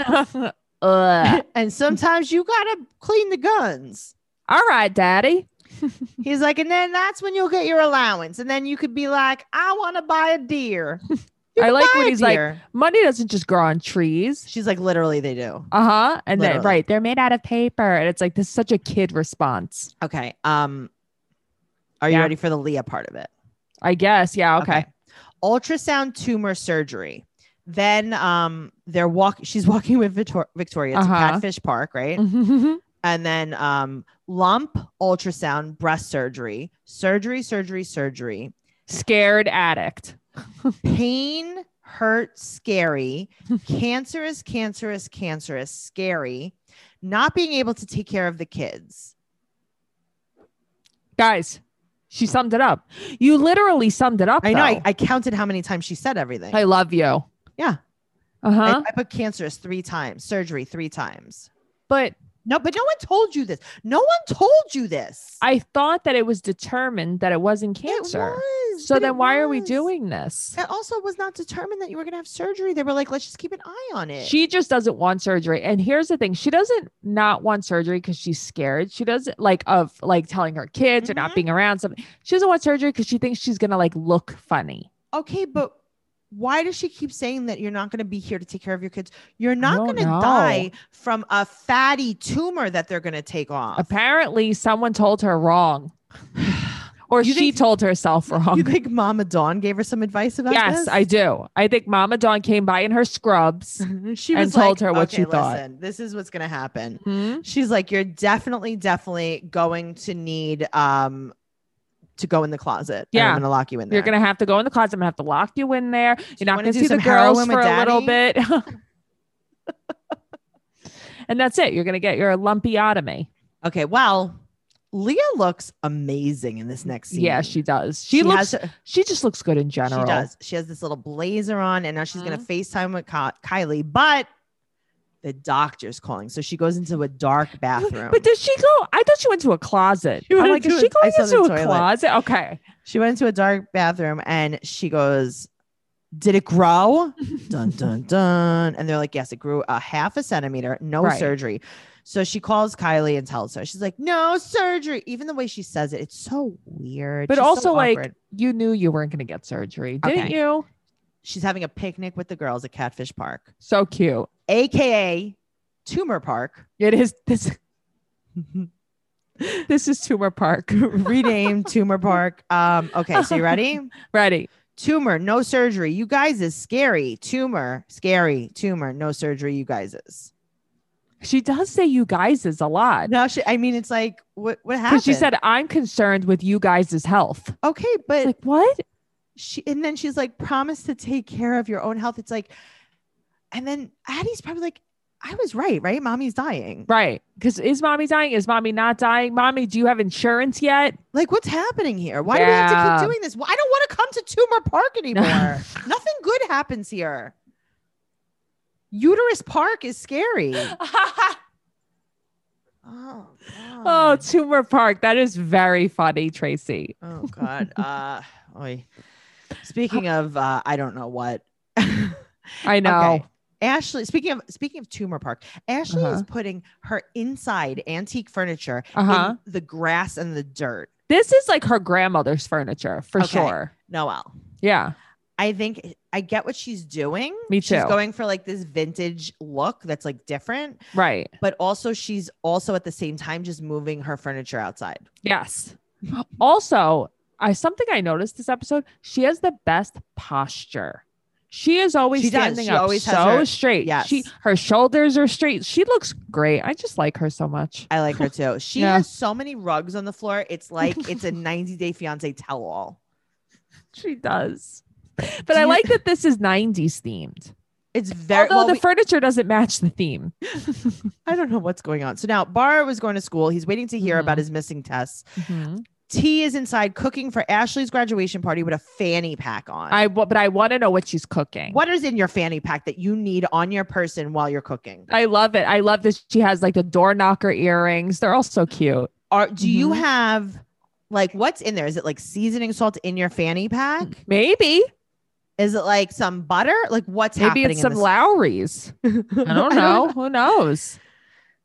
S3: uh.
S2: and sometimes you gotta clean the guns."
S3: All right, Daddy.
S2: He's like, and then that's when you'll get your allowance, and then you could be like, "I want to buy a deer." You
S3: I
S2: could
S3: like
S2: buy
S3: when
S2: a
S3: he's like-
S2: deer.
S3: Money doesn't just grow on trees.
S2: "She's like, literally, they do."
S3: Uh huh. And then,
S2: Literally.
S3: right, they're made out of paper. And it's like, this is such a kid response.
S2: Okay. Um, are you
S3: Yeah.
S2: ready for the Leah part of it?
S3: I guess. Yeah. Okay.
S2: Ultrasound tumor surgery. Then um they're walk she's walking with Victor- Victoria to
S3: Uh-huh.
S2: Catfish Park, right?
S3: Mhm.
S2: And then um lump ultrasound breast surgery, surgery, surgery, surgery,
S3: Scared addict.
S2: pain, hurt, scary, cancerous, cancerous, cancerous, scary, not being able to take care of the kids.
S3: Guys, she summed it up. You literally summed it up.
S2: I know I,
S3: though.
S2: I counted how many times she said everything.
S3: I, love you.
S2: Yeah.
S3: Uh
S2: I-
S3: huh.
S2: I put cancerous three times, surgery three times.
S3: But
S2: No, but no one told you this. No one told you this.
S3: I thought that it was determined that it wasn't cancer.
S2: It was,
S3: so
S2: but it
S3: then why are we
S2: was.
S3: doing this?
S2: That also was not determined that you were going to have surgery. They were like, let's just keep an eye on it.
S3: She just doesn't want surgery. And here's the thing she doesn't not want surgery because she's scared. She doesn't like of like telling her kids or
S2: Mhm.
S3: not being around something. She doesn't want surgery because she thinks she's gonna like look funny.
S2: okay, but why does she keep saying that you're not going to be here to take care of your kids? You're not
S3: don't
S2: going to
S3: know.
S2: die from a fatty tumor that they're going to take off.
S3: Apparently, someone told her wrong, or
S2: You
S3: she
S2: think-
S3: told herself wrong.
S2: You think Mama Dawn gave her some advice about
S3: yes,
S2: this?
S3: I do. I think Mama Dawn came by in her scrubs.
S2: she
S3: and
S2: was like,
S3: told her what
S2: okay,
S3: she thought."
S2: listen, This is what's going to happen.
S3: Mhm.
S2: She's like, you're definitely, definitely going to need um to go in the closet. and
S3: Yeah.
S2: I'm going to lock you in there.
S3: You're gonna have to go in the closet. I'm gonna have to lock you in there. You're not
S2: wanna
S3: gonna
S2: do
S3: see the
S2: some heroin with
S3: girls for a little bit. and that's it. You're gonna get your lumpiotomy.
S2: Okay, well, Leah looks amazing in this next scene.
S3: Yeah, she does. She, looks.
S2: has, she
S3: she just looks good in general. Mm-hmm.
S2: does. She has this little blazer on, and now she's gonna FaceTime with Ki- Kylie. But The doctor's calling. So she goes into a dark bathroom.
S3: But does she go? I thought she went to a closet.
S2: She went
S3: I'm like,
S2: into
S3: is she
S2: a- I
S3: going
S2: saw
S3: into
S2: the
S3: a
S2: toilet.
S3: closet? Okay.
S2: she went into a dark bathroom and she goes, Did it grow? dun dun dun. And they're like, Yes, it grew a half a centimeter, no
S3: Right.
S2: surgery. So she calls Kylie and tells her, She's like, No surgery. Even the way she says it, it's so weird.
S3: But
S2: She's so
S3: also, like-
S2: awkward.
S3: you knew you weren't going to get surgery, didn't
S2: Okay.
S3: you?
S2: she's having a picnic with the girls at Catfish Park,
S3: So cute.
S2: aka Tumor Park,
S3: It is this. This is Tumor Park.
S2: renamed Tumor Park. Um, okay, so you ready?
S3: Ready?
S2: Tumor, no surgery. You guys is scary. Tumor, scary. Tumor, no surgery. You guys is.
S3: She does say "you guys" is a lot
S2: No, she, I mean, it's like what what happened?
S3: because she said, "I'm concerned with you guys' health."
S2: okay, but
S3: Like what?
S2: she and then she's like, promise to take care of your own health. It's like, and then Addie's probably like, I was right, right? Mommy's dying.
S3: Right? Because is mommy dying? Is mommy not dying? Mommy, do you have insurance yet?
S2: Like, what's happening here? Why do we have to
S3: Yeah.
S2: keep doing this? Well, I don't want to come to Tumor Park anymore. Nothing good happens here. Uterus Park is scary. Oh,
S3: oh,
S2: God.
S3: Tumor Park. That is very funny, Tracy.
S2: Oh God. Uh, oy. Speaking of, uh, I don't know what.
S3: I know.
S2: Okay. Ashley. Speaking of, speaking of Tumor Park, Ashley is
S3: Uh-huh.
S2: putting her inside antique furniture
S3: Uh huh.
S2: in the grass and the dirt.
S3: This is like her grandmother's furniture for
S2: Okay.
S3: sure.
S2: Noel,
S3: Yeah.
S2: I think I get what she's doing.
S3: Me
S2: She's
S3: too.
S2: going for like this vintage look that's like different,
S3: Right.
S2: but also she's also at the same time just moving her furniture outside.
S3: Yes. also, I something I noticed this episode, she has the best posture. She is always
S2: She does.
S3: standing
S2: She
S3: up
S2: always
S3: so
S2: has her-
S3: straight.
S2: Yes.
S3: She her shoulders are straight. She looks great. I just like her so much.
S2: I like her too. She
S3: Yeah.
S2: has so many rugs on the floor. It's like it's a 90 day fiance tell all.
S3: She does. But
S2: Do
S3: I
S2: you-
S3: like that this is 90s themed.
S2: It's very
S3: Although
S2: well,
S3: the
S2: we-
S3: furniture doesn't match the theme.
S2: I don't know what's going on. So now Barr was going to school. He's waiting to hear
S3: Mhm.
S2: about his missing tests. Mm-hmm. T is inside cooking for Ashley's graduation party with a fanny pack on.
S3: I wa- but I want to know what she's cooking.
S2: what is in your fanny pack that you need on your person while you're cooking?
S3: I love it. I love that she has like the door knocker earrings. They're all so cute.
S2: Are do you
S3: Mhm.
S2: have like what's in there? Is it like seasoning salt in your fanny pack?
S3: Maybe.
S2: Is it like some butter? Like what's
S3: Maybe
S2: happening?
S3: it's
S2: in
S3: some
S2: this-
S3: Lowry's. I don't know. Who knows?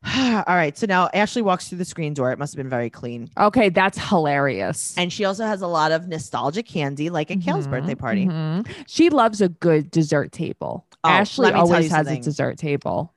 S2: All right. So now Ashley walks through the screen door. It must have been very clean.
S3: Okay, that's hilarious.
S2: And she also has a lot of nostalgic candy, like at Kale's
S3: Mhm,
S2: birthday party.
S3: mhm. She loves a good dessert table.
S2: Oh,
S3: Ashley
S2: let me tell
S3: always
S2: you
S3: has a
S2: something.
S3: dessert table.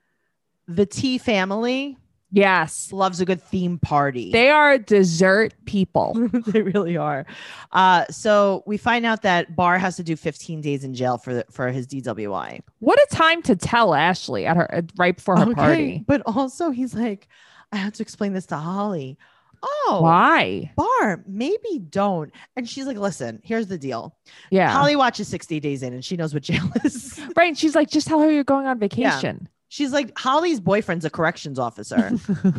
S2: The T family
S3: Yes.
S2: loves a good theme party.
S3: They are dessert people.
S2: they really are. Uh, so we find out that Barr has to do 15 days in jail for the, for his DWI.
S3: What a time to tell Ashley at her at- right before her party.
S2: but also he's like, I have to explain this to Holly. Oh,
S3: Why?
S2: Barr, maybe don't. And she's like, listen, here's the deal.
S3: Yeah.
S2: Holly watches 60 days in, and she knows what jail is.
S3: right. And she's like, just tell her you're going on vacation.
S2: She's like, Holly's boyfriend's a corrections officer,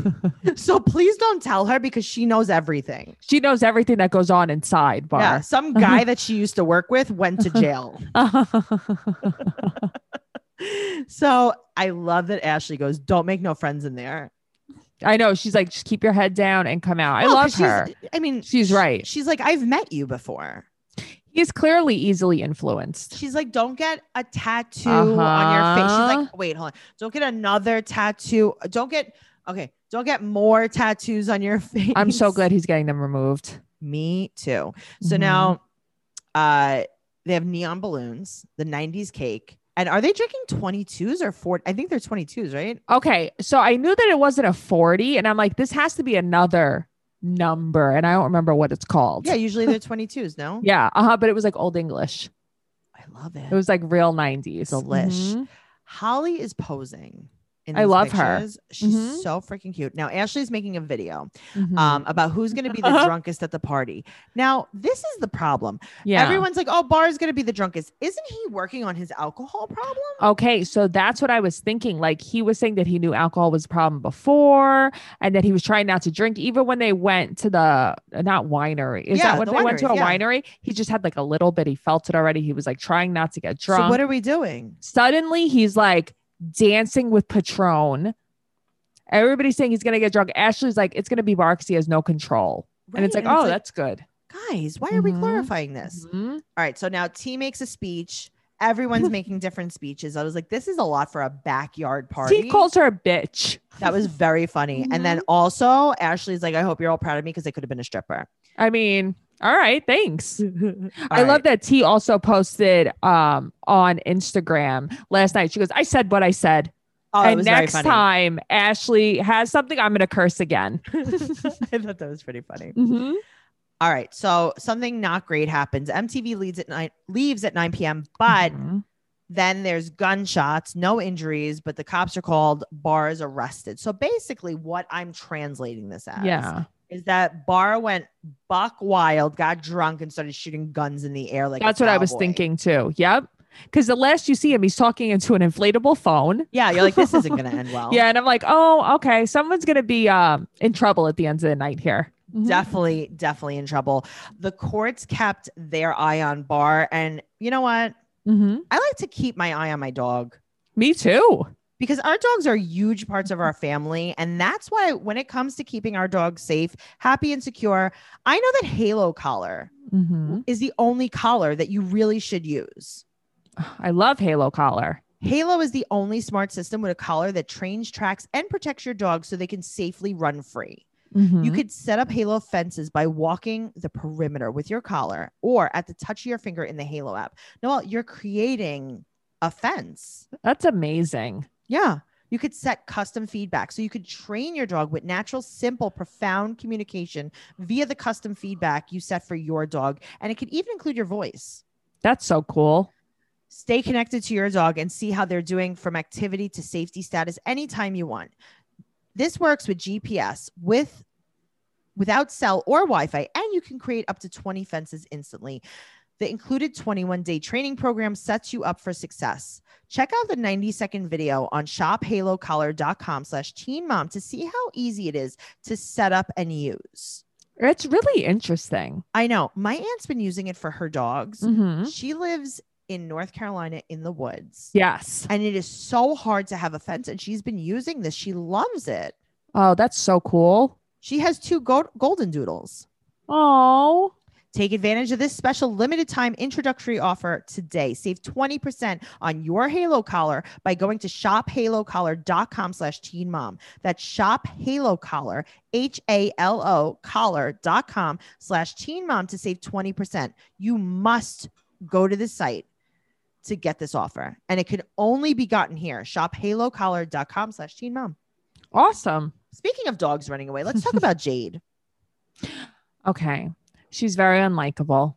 S2: so please don't tell her because she knows everything.
S3: she knows everything that goes on inside bar.
S2: Yeah, some guy that she used to work with went to jail. so I love that Ashley goes, "Don't make no friends in there."
S3: I know. She's like, just keep your head down and come out. I
S2: No, 'cause
S3: love
S2: she's-
S3: her.
S2: I mean,
S3: She's
S2: sh-
S3: right.
S2: She's like, "I've met you before."
S3: He's clearly easily influenced.
S2: She's like, "Don't get a tattoo on your face." She's
S3: Uh-huh.
S2: like, "Wait, hold on. Don't get another tattoo. Don't get okay. Don't get more tattoos on your face."
S3: I'm so glad he's getting them removed.
S2: Me too. So
S3: Mhm.
S2: now, uh, they have neon balloons, the '90s cake, and are they drinking 22s or 40? I think they're 22s, right?
S3: Okay. So I knew that it wasn't a 40, and I'm like, this has to be another number. And I don't remember what it's called.
S2: Yeah, usually they're 22s. No,
S3: Yeah. Uh huh. But it was like Old English.
S2: I love it.
S3: It was like real 90s.
S2: Delish.
S3: Mhm.
S2: Holly is posing. In
S3: I
S2: these
S3: love her.
S2: pictures. She's
S3: Mhm.
S2: so freaking cute. Now Ashley's making a video
S3: Mhm.
S2: um, about who's going to be the
S3: Uh-huh.
S2: drunkest at the party. Now this is the problem.
S3: yeah.
S2: Everyone's like, "Oh, Bar's going to be the drunkest." Isn't he working on his alcohol problem?
S3: Okay, so that's what I was thinking. Like he was saying that he knew alcohol was a problem before and that he was trying not to drink. Even when they went to the uh, not winery. Is
S2: Yeah,
S3: that when
S2: the
S3: they went to
S2: wineries,
S3: a
S2: yeah.
S3: winery? He just had like a little bit. He felt it already. He was like trying not to get
S2: So
S3: drunk.
S2: what are we doing?
S3: Suddenly he's like, dancing with Patron. Everybody's saying he's going to get drunk. Ashley's like, it's going to be bar because he has no control. And it's
S2: Right,
S3: like, oh, that's good.
S2: guys, why are we
S3: Mhm.
S2: clarifying this?
S3: Mhm.
S2: All right. So now T makes a speech. Everyone's making different speeches. I was like, this is a lot for a backyard party.
S3: He calls her a bitch.
S2: that was very funny. And
S3: Mhm.
S2: then also, Ashley's like, I hope you're all proud of me because I could have been a stripper.
S3: I mean, all right, thanks. I
S2: right.
S3: love that T also posted um, on Instagram last night. She goes, I said what I said.
S2: Oh, it
S3: and
S2: was
S3: next
S2: very funny.
S3: time Ashley has something, I'm going to curse again. Mm-hmm.
S2: I thought that was pretty funny.
S3: Mhm.
S2: All right. So something not great happens. MTV leads at nine leaves at 9 p.m. But
S3: Mhm.
S2: then there's gunshots, no injuries, but the cops are called, Barr is arrested. So basically, what I'm translating this as
S3: yeah.
S2: is that Barr went buck wild, got drunk, and started shooting guns in the air. Like a
S3: That's what I was
S2: cowboy.
S3: thinking too. Yep. Because the last you see him, he's talking into an inflatable phone.
S2: Yeah, you're like, this isn't going to end well.
S3: Yeah. And I'm like, oh, okay. Someone's going to be um, in trouble at the end of the night here. Mhm.
S2: definitely, definitely in trouble. The courts kept their eye on Barr, and you know what?
S3: Mhm.
S2: I like to keep my eye on my dog.
S3: Me too.
S2: because our dogs are huge parts of our family. And that's why, when it comes to keeping our dogs safe, happy, and secure, I know that Halo collar
S3: Mhm.
S2: is the only collar that you really should use.
S3: I love Halo Collar.
S2: Halo is the only smart system with a collar that trains, tracks, and protects your dog so they can safely run free. You
S3: Mhm.
S2: could set up Halo fences by walking the perimeter with your collar or at the touch of your finger in the Halo app. Noel, you're creating a fence.
S3: That's amazing.
S2: Yeah. You could set custom feedback. So you could train your dog with natural, simple, profound communication via the custom feedback you set for your dog. And it could even include your voice.
S3: That's so cool.
S2: Stay connected to your dog and see how they're doing from activity to safety status anytime you want. This works with GPS, with without cell or Wi-Fi, and you can create up to 20 fences instantly. The included 21-day training program sets you up for success. Check out the 90-second video on shophalocollar.com slash teen mom to see how easy it is to set up and use.
S3: It's really interesting.
S2: I know my aunt's been using it for her dogs.
S3: Mhm.
S2: She lives in North Carolina in the woods.
S3: Yes.
S2: And it is so hard to have a fence. And she's been using this. She loves it.
S3: Oh, that's so cool.
S2: She has two go- golden doodles.
S3: Oh,
S2: Take advantage of this special limited time introductory offer today. Save 20% on your Halo collar by going to shophalocollar.com slash teen mom. That's shophalocollar, H-A-L-O collar.com slash teen mom to save 20%. You must go to the site to get this offer. And it can only be gotten here. Shophalocollar.com slash teen mom.
S3: awesome.
S2: Speaking of dogs running away, let's talk about Jade.
S3: Okay. She's very unlikable.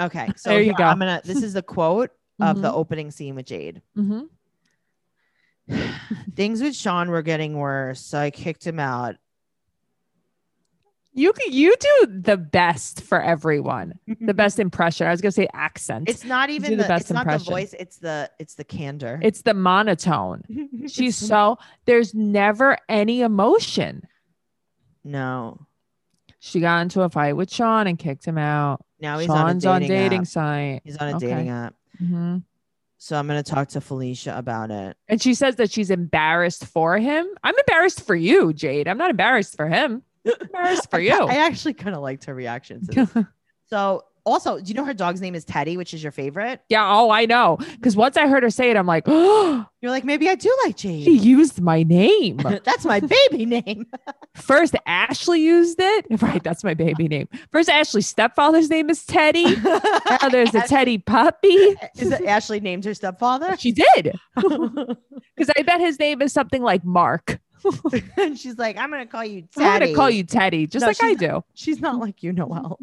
S2: Okay. So
S3: There you
S2: here,
S3: go.
S2: I'm gonna this is the quote of the
S3: Mhm.
S2: opening scene with Jade.
S3: Mhm.
S2: Things with Sean were getting worse, so I kicked him out.
S3: You c- you do the best for everyone. The best impression. I was gonna say accent. It's,
S2: It's not even
S3: do
S2: the,
S3: the best
S2: it's not the
S3: impression.
S2: voice, it's the it's the candor.
S3: the monotone. She's so there's never any emotion.
S2: no.
S3: She got into a fight with Sean and kicked him out.
S2: Now he's
S3: Sean's
S2: on a dating, app.
S3: site.
S2: He's on a
S3: Okay.
S2: dating app.
S3: Mhm.
S2: So I'm gonna talk to Felicia about it.
S3: And she says that she's embarrassed for him. I'm embarrassed for you, Jade. I'm not embarrassed for him. I'm embarrassed for
S2: I
S3: you.
S2: ki- I actually kind of liked her reaction to this. so also, do you know her dog's name is Teddy, which is your favorite?
S3: yeah, oh, I know. Because once I heard her say it, I'm like, oh,
S2: You're like, maybe I do like
S3: she
S2: Jade.
S3: used my name.
S2: That's my baby name.
S3: First, Ashley used it. Right, that's my baby name. First, Ashley's stepfather's name is Teddy. Now there's a Teddy puppy.
S2: is that Ashley named her stepfather?
S3: She did. Because I bet his name is something like Mark.
S2: and she's like, I'm gonna call you
S3: I'm
S2: Teddy.
S3: going to call you Teddy, just
S2: No,
S3: like I
S2: she's
S3: do.
S2: She's not like you, Noel.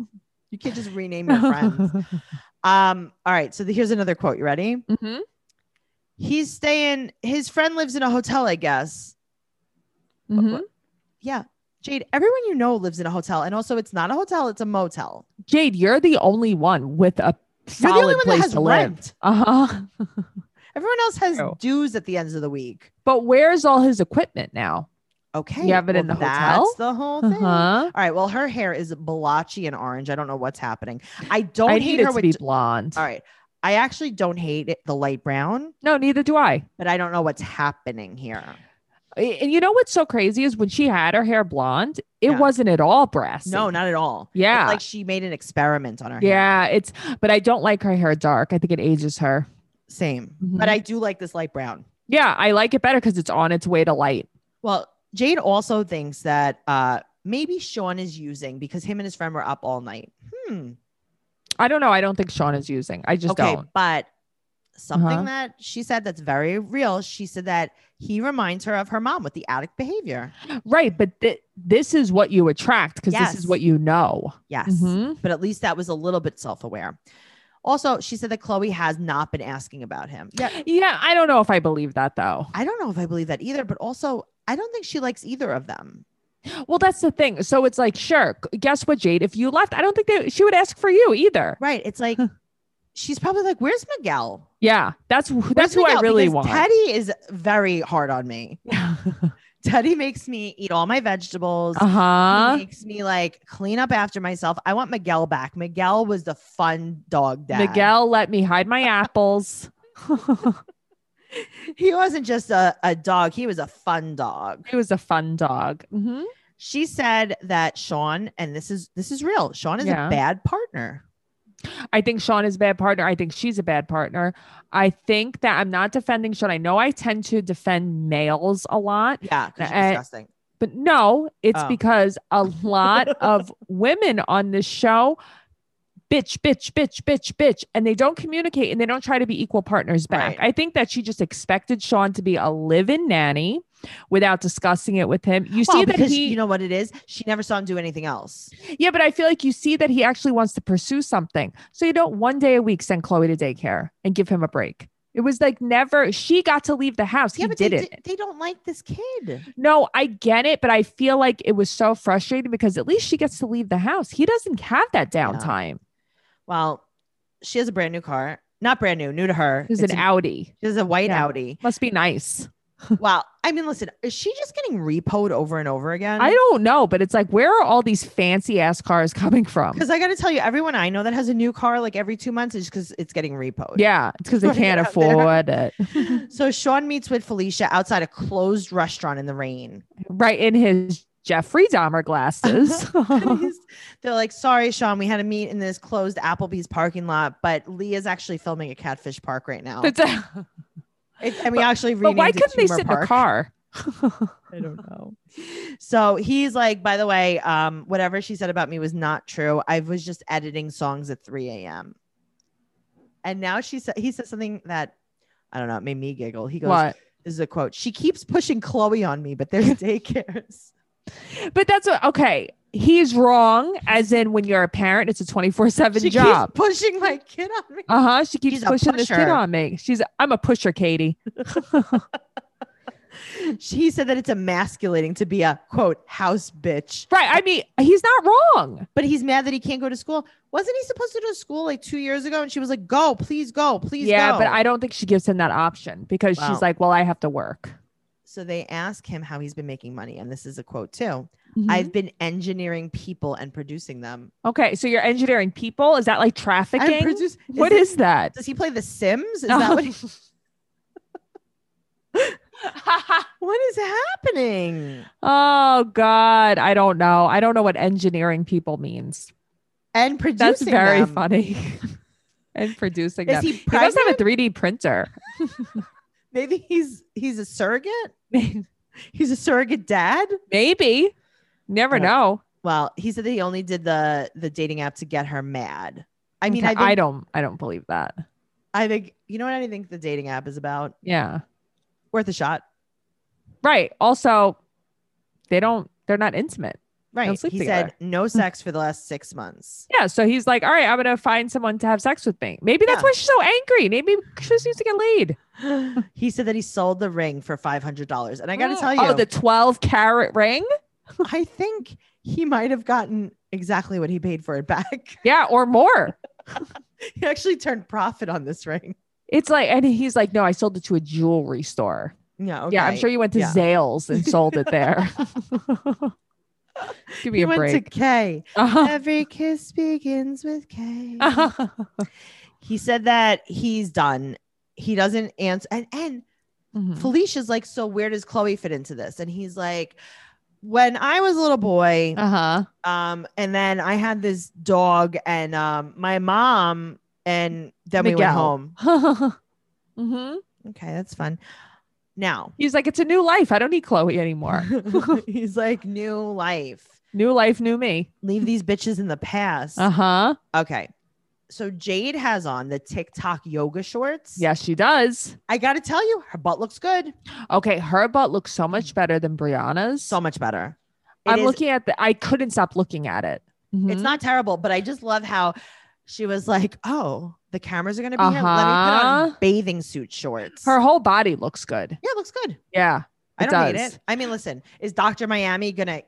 S2: You can't just rename your friends. Um, all right. So the- here's another quote. You ready?
S3: Mhm.
S2: He's staying. His friend lives in a hotel, I guess.
S3: Mhm.
S2: Yeah, Jade. Everyone you know lives in a hotel, and also it's not a hotel; it's a motel.
S3: Jade, you're the only one with a
S2: You're
S3: solid
S2: the only one that
S3: place
S2: has
S3: to live. Oh.
S2: rent.
S3: Uh huh.
S2: Everyone else has
S3: True.
S2: dues at the ends of the week.
S3: But where's all his equipment now?
S2: Okay,
S3: You have it in the hotel?
S2: That's the whole
S3: Uh
S2: thing.
S3: huh.
S2: All right. Well, her hair is blotchy and orange. I don't know what's happening. I don't
S3: I
S2: hate
S3: need
S2: her
S3: it to
S2: with
S3: be blonde.
S2: All right. I actually don't hate it, the light brown,
S3: No, neither do I.
S2: but I don't know what's happening here.
S3: And you know what's so crazy is when she had her hair blonde, it
S2: Yeah.
S3: wasn't at all brassy.
S2: No, not at all. It's
S3: yeah,
S2: like she made an experiment on her hair.
S3: yeah. It's but I don't like her hair dark. I think it ages her.
S2: Same.
S3: Mhm.
S2: But I do like this light brown.
S3: Yeah, I like it better because it's on its way to light.
S2: Well, Jade also thinks that uh, maybe Sean is using because him and his friend were up all night. Hmm.
S3: I don't know. I don't think Sean is using. I just
S2: okay,
S3: don't.
S2: but something
S3: Uh-huh.
S2: that she said that's very real. She said that he reminds her of her mom with the addict behavior.
S3: Right, but th- this is what you attract because this
S2: Yes.
S3: is what you know.
S2: Yes.
S3: Mhm.
S2: But at least that was a little bit self aware. Also, she said that Chloe has not been asking about him. Yeah.
S3: Yeah, I don't know if I believe that though.
S2: I don't know if I believe that either, but also, I don't think she likes either of them.
S3: Well, that's the thing. So it's like, sure. g- Guess what, Jade? If you left, I don't think that she would ask for you either.
S2: Right. It's like, she's probably like, Where's Miguel?
S3: Yeah, that's wh-
S2: Where's
S3: that's who I
S2: Miguel?"
S3: really
S2: Because
S3: want.
S2: Teddy is very hard on me.
S3: uh
S2: Teddy makes me eat all my vegetables.
S3: huh.
S2: He makes me like clean up after myself. I want Miguel back. Miguel was the fun dog dad.
S3: Miguel let me hide my apples.
S2: He wasn't just a, a dog, he was a fun dog.
S3: He was a fun dog. Mhm.
S2: She said that Sean, and this is this is real, Sean is
S3: Yeah.
S2: a bad partner.
S3: I think Sean is a bad partner. I think she's a bad partner. I think that I'm not defending Sean. I know I tend to defend males a lot,
S2: Yeah, 'cause you're
S3: Uh,
S2: disgusting.
S3: but no, it's
S2: Oh.
S3: because a lot of women on this show bitch, bitch, bitch, bitch, bitch, and they don't communicate and they don't try to be equal partners back.
S2: Right.
S3: I think that she just expected Sean to be a live in nanny without discussing it with him. You
S2: Well,
S3: see that
S2: because
S3: he
S2: you know what it is? She never saw him do anything else.
S3: Yeah, but I feel like you see that he actually wants to pursue something. So you don't one day a week send Chloe to daycare and give him a break. It was like never she got to leave the house.
S2: yeah,
S3: he
S2: but
S3: did
S2: they,
S3: it.
S2: di- they don't like this kid.
S3: No, I get it, but I feel like it was so frustrating because at least she gets to leave the house. He doesn't have that downtime.
S2: Well, she has a brand new car. Not brand new, new to her.
S3: There's
S2: It's
S3: an
S2: a-
S3: Audi.
S2: She has a white
S3: Yeah.
S2: Audi.
S3: Must be nice.
S2: Wow. I mean, listen, is she just getting repoed over and over again?
S3: I don't know, but it's like where are all these fancy ass cars coming from?
S2: Because I got to tell you, everyone I know that has a new car like every two months is because it's getting repoed.
S3: Yeah, it's because they
S2: Right
S3: can't
S2: out there.
S3: afford it.
S2: So Sean meets with Felicia outside a closed restaurant in the rain.
S3: Right in his Jeffrey Dahmer glasses.
S2: He's- They're like, sorry, Sean, we had a meet in this closed Applebee's parking lot, but Leah's actually filming at Catfish Park right now.
S3: It's a-
S2: It- and we actually
S3: But
S2: renamed
S3: why
S2: it
S3: couldn't they
S2: Tumor
S3: sit in
S2: Park.
S3: the car?
S2: I don't know. So he's like, by the way, um, whatever she said about me was not true. I was just editing songs at 3 a.m. And now she said he said something that I don't know, it made me giggle. He goes,
S3: What?
S2: This is a quote. She keeps pushing Chloe on me, but there's daycares.
S3: But that's what, okay. He's wrong, as in when you're a parent, it's a 24 7
S2: She
S3: job.
S2: keeps pushing my kid on me.
S3: Uh huh. She keeps
S2: She's a
S3: pushing this kid
S2: pusher.
S3: on me. She's, I'm a pusher, Katie.
S2: She said that it's emasculating to be a quote house bitch.
S3: Right. I mean, he's not wrong.
S2: But he's mad that he can't go to school. Wasn't he supposed to go to school like two years ago? And she was like, Go, please go, please
S3: yeah.
S2: go.
S3: But I don't think she gives him that option because
S2: Wow.
S3: she's like, well, I have to work.
S2: So they ask him how he's been making money. And this is a quote too.
S3: Mm-hmm.
S2: I've been engineering people and producing them.
S3: okay. So you're engineering people. Is that like
S2: And
S3: trafficking?
S2: produce, is
S3: what
S2: it-
S3: is Oh. that?
S2: does he play the Sims? Is that what, he- what is happening?
S3: oh, God. I don't know. I don't know what engineering people means.
S2: And producing
S3: That's very
S2: them.
S3: funny. and producing
S2: Is
S3: that.
S2: he
S3: He must
S2: pregnant?
S3: have a 3D printer.
S2: Maybe he's he's a surrogate. He's a surrogate dad.
S3: Maybe. Never
S2: I don't-
S3: know.
S2: Well, he said that he only did the the dating app to get her mad. I mean,
S3: Okay,
S2: I think, I,
S3: don't I don't believe that.
S2: think you know what I think the dating app is about.
S3: Yeah.
S2: Worth a shot,
S3: Right. Also, they don't they're not intimate.
S2: right?
S3: sleep
S2: He
S3: together.
S2: said no sex for the last six months.
S3: Yeah. So he's like, all right, I'm gonna find someone to have sex with me. Maybe that's
S2: Yeah.
S3: why she's so angry. Maybe she just needs to get laid.
S2: he said that he sold the ring for five hundred dollars, and I got to tell you,
S3: Oh, the 12 carat ring?
S2: I think he might have gotten exactly what he paid for it back.
S3: Yeah, or more.
S2: he actually turned profit on this ring.
S3: It's like, and he's like, no, I sold it to a jewelry store.
S2: Yeah,
S3: Yeah, I'm
S2: okay.
S3: sure you went to
S2: Yeah.
S3: Zales and sold it there. Give me
S2: He
S3: a
S2: went
S3: break.
S2: to K.
S3: Uh-huh.
S2: Every kiss begins with K.
S3: Uh-huh.
S2: He said that he's done. He doesn't answer. And, and
S3: Mhm.
S2: Felicia's like, so where does Chloe fit into this? And he's like, when I was a little boy,
S3: Uh-huh.
S2: um, and then I had this dog and um, my mom, and then we went
S3: Miguel.
S2: home.
S3: hmm
S2: Okay, that's fun. Now,
S3: He's like, it's a new life. I don't need Chloe anymore.
S2: he's like, new life.
S3: new life, new me.
S2: Leave these bitches in the past.
S3: Uh-huh.
S2: Okay. So Jade has on the TikTok yoga shorts.
S3: Yes, she does.
S2: I got to tell you, her butt looks good.
S3: Okay, her butt looks so much better than Brianna's.
S2: So much better. It
S3: I'm
S2: is-
S3: looking at the I couldn't stop looking at it.
S2: It's
S3: Mhm.
S2: not terrible, but I just love how she was like, oh, the cameras are going to be here. Let me put on
S3: Uh-huh.
S2: bathing suit shorts.
S3: her whole body looks good.
S2: yeah, it looks good.
S3: Yeah.
S2: I
S3: It
S2: don't hate
S3: does.
S2: it. I mean, listen, is Dr. Miami going to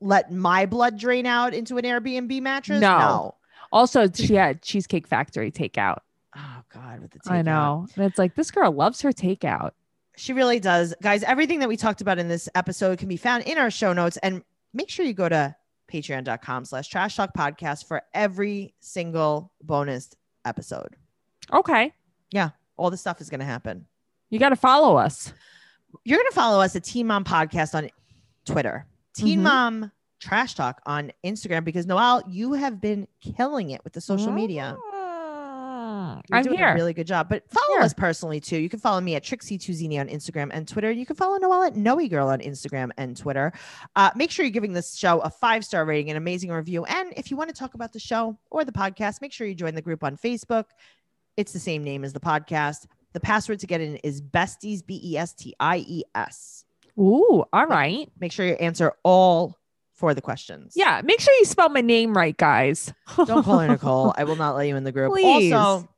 S2: let my blood drain out into an Airbnb mattress?
S3: No. Also, she had Cheesecake Factory takeout.
S2: Oh, God, with the
S3: I
S2: takeout.
S3: know. And it's like this girl loves her takeout.
S2: She really does. Guys, everything that we talked about in this episode can be found in our show notes. And make sure you go to patreon.com slash trash talk podcast for every single bonus episode.
S3: Okay.
S2: All this stuff is going to happen.
S3: You gotta follow us.
S2: You're going to follow us at Teen Mom Podcast on Twitter, Teen
S3: Mhm.
S2: Mom Trash Talk on Instagram, because Noelle, you have been killing it with the social
S3: Mm-hmm.
S2: media.
S3: Mm.
S2: You're
S3: I'm
S2: doing
S3: here.
S2: a really good job. But follow
S3: Here.
S2: us personally too. You can follow me at Trixie Tuzini on Instagram and Twitter. You can follow Noelle at Noe Girl on Instagram and Twitter. Uh, make sure you're giving this show a five star rating, an amazing review. And if you want to talk about the show or the podcast, make sure you join the group on Facebook. It's the same name as the podcast. The password to get in is besties, B E S T I E S.
S3: Ooh, all right.
S2: Make sure you answer all for the questions.
S3: Yeah, make sure you spell my name right, guys.
S2: Don't call her Nicole. I will not let you in the group.
S3: Please.
S2: Also,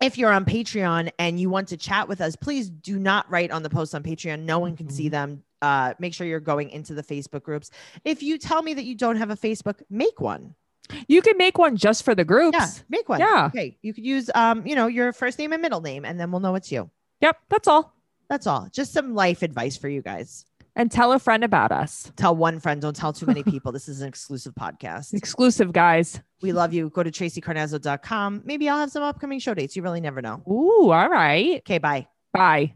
S2: if you're on Patreon and you want to chat with us, please do not write on the posts on Patreon. No one can
S3: Mm-hmm.
S2: see them. Uh, make sure you're going into the Facebook groups. If you tell me that you don't have a Facebook, make one.
S3: You can make one just for the groups.
S2: Yeah, make one.
S3: Yeah.
S2: Okay. You could use um, you know, your first name and middle name, and then we'll know it's you.
S3: Yep, that's all.
S2: That's all. Just some life advice for you guys.
S3: And tell a friend about us.
S2: Tell one friend, don't tell too many people. this is an exclusive podcast.
S3: Exclusive, guys.
S2: We love you. Go to tracycarnazzo.com. Maybe I'll have some upcoming show dates. You really never know.
S3: Ooh, all right.
S2: Okay, bye.
S3: Bye.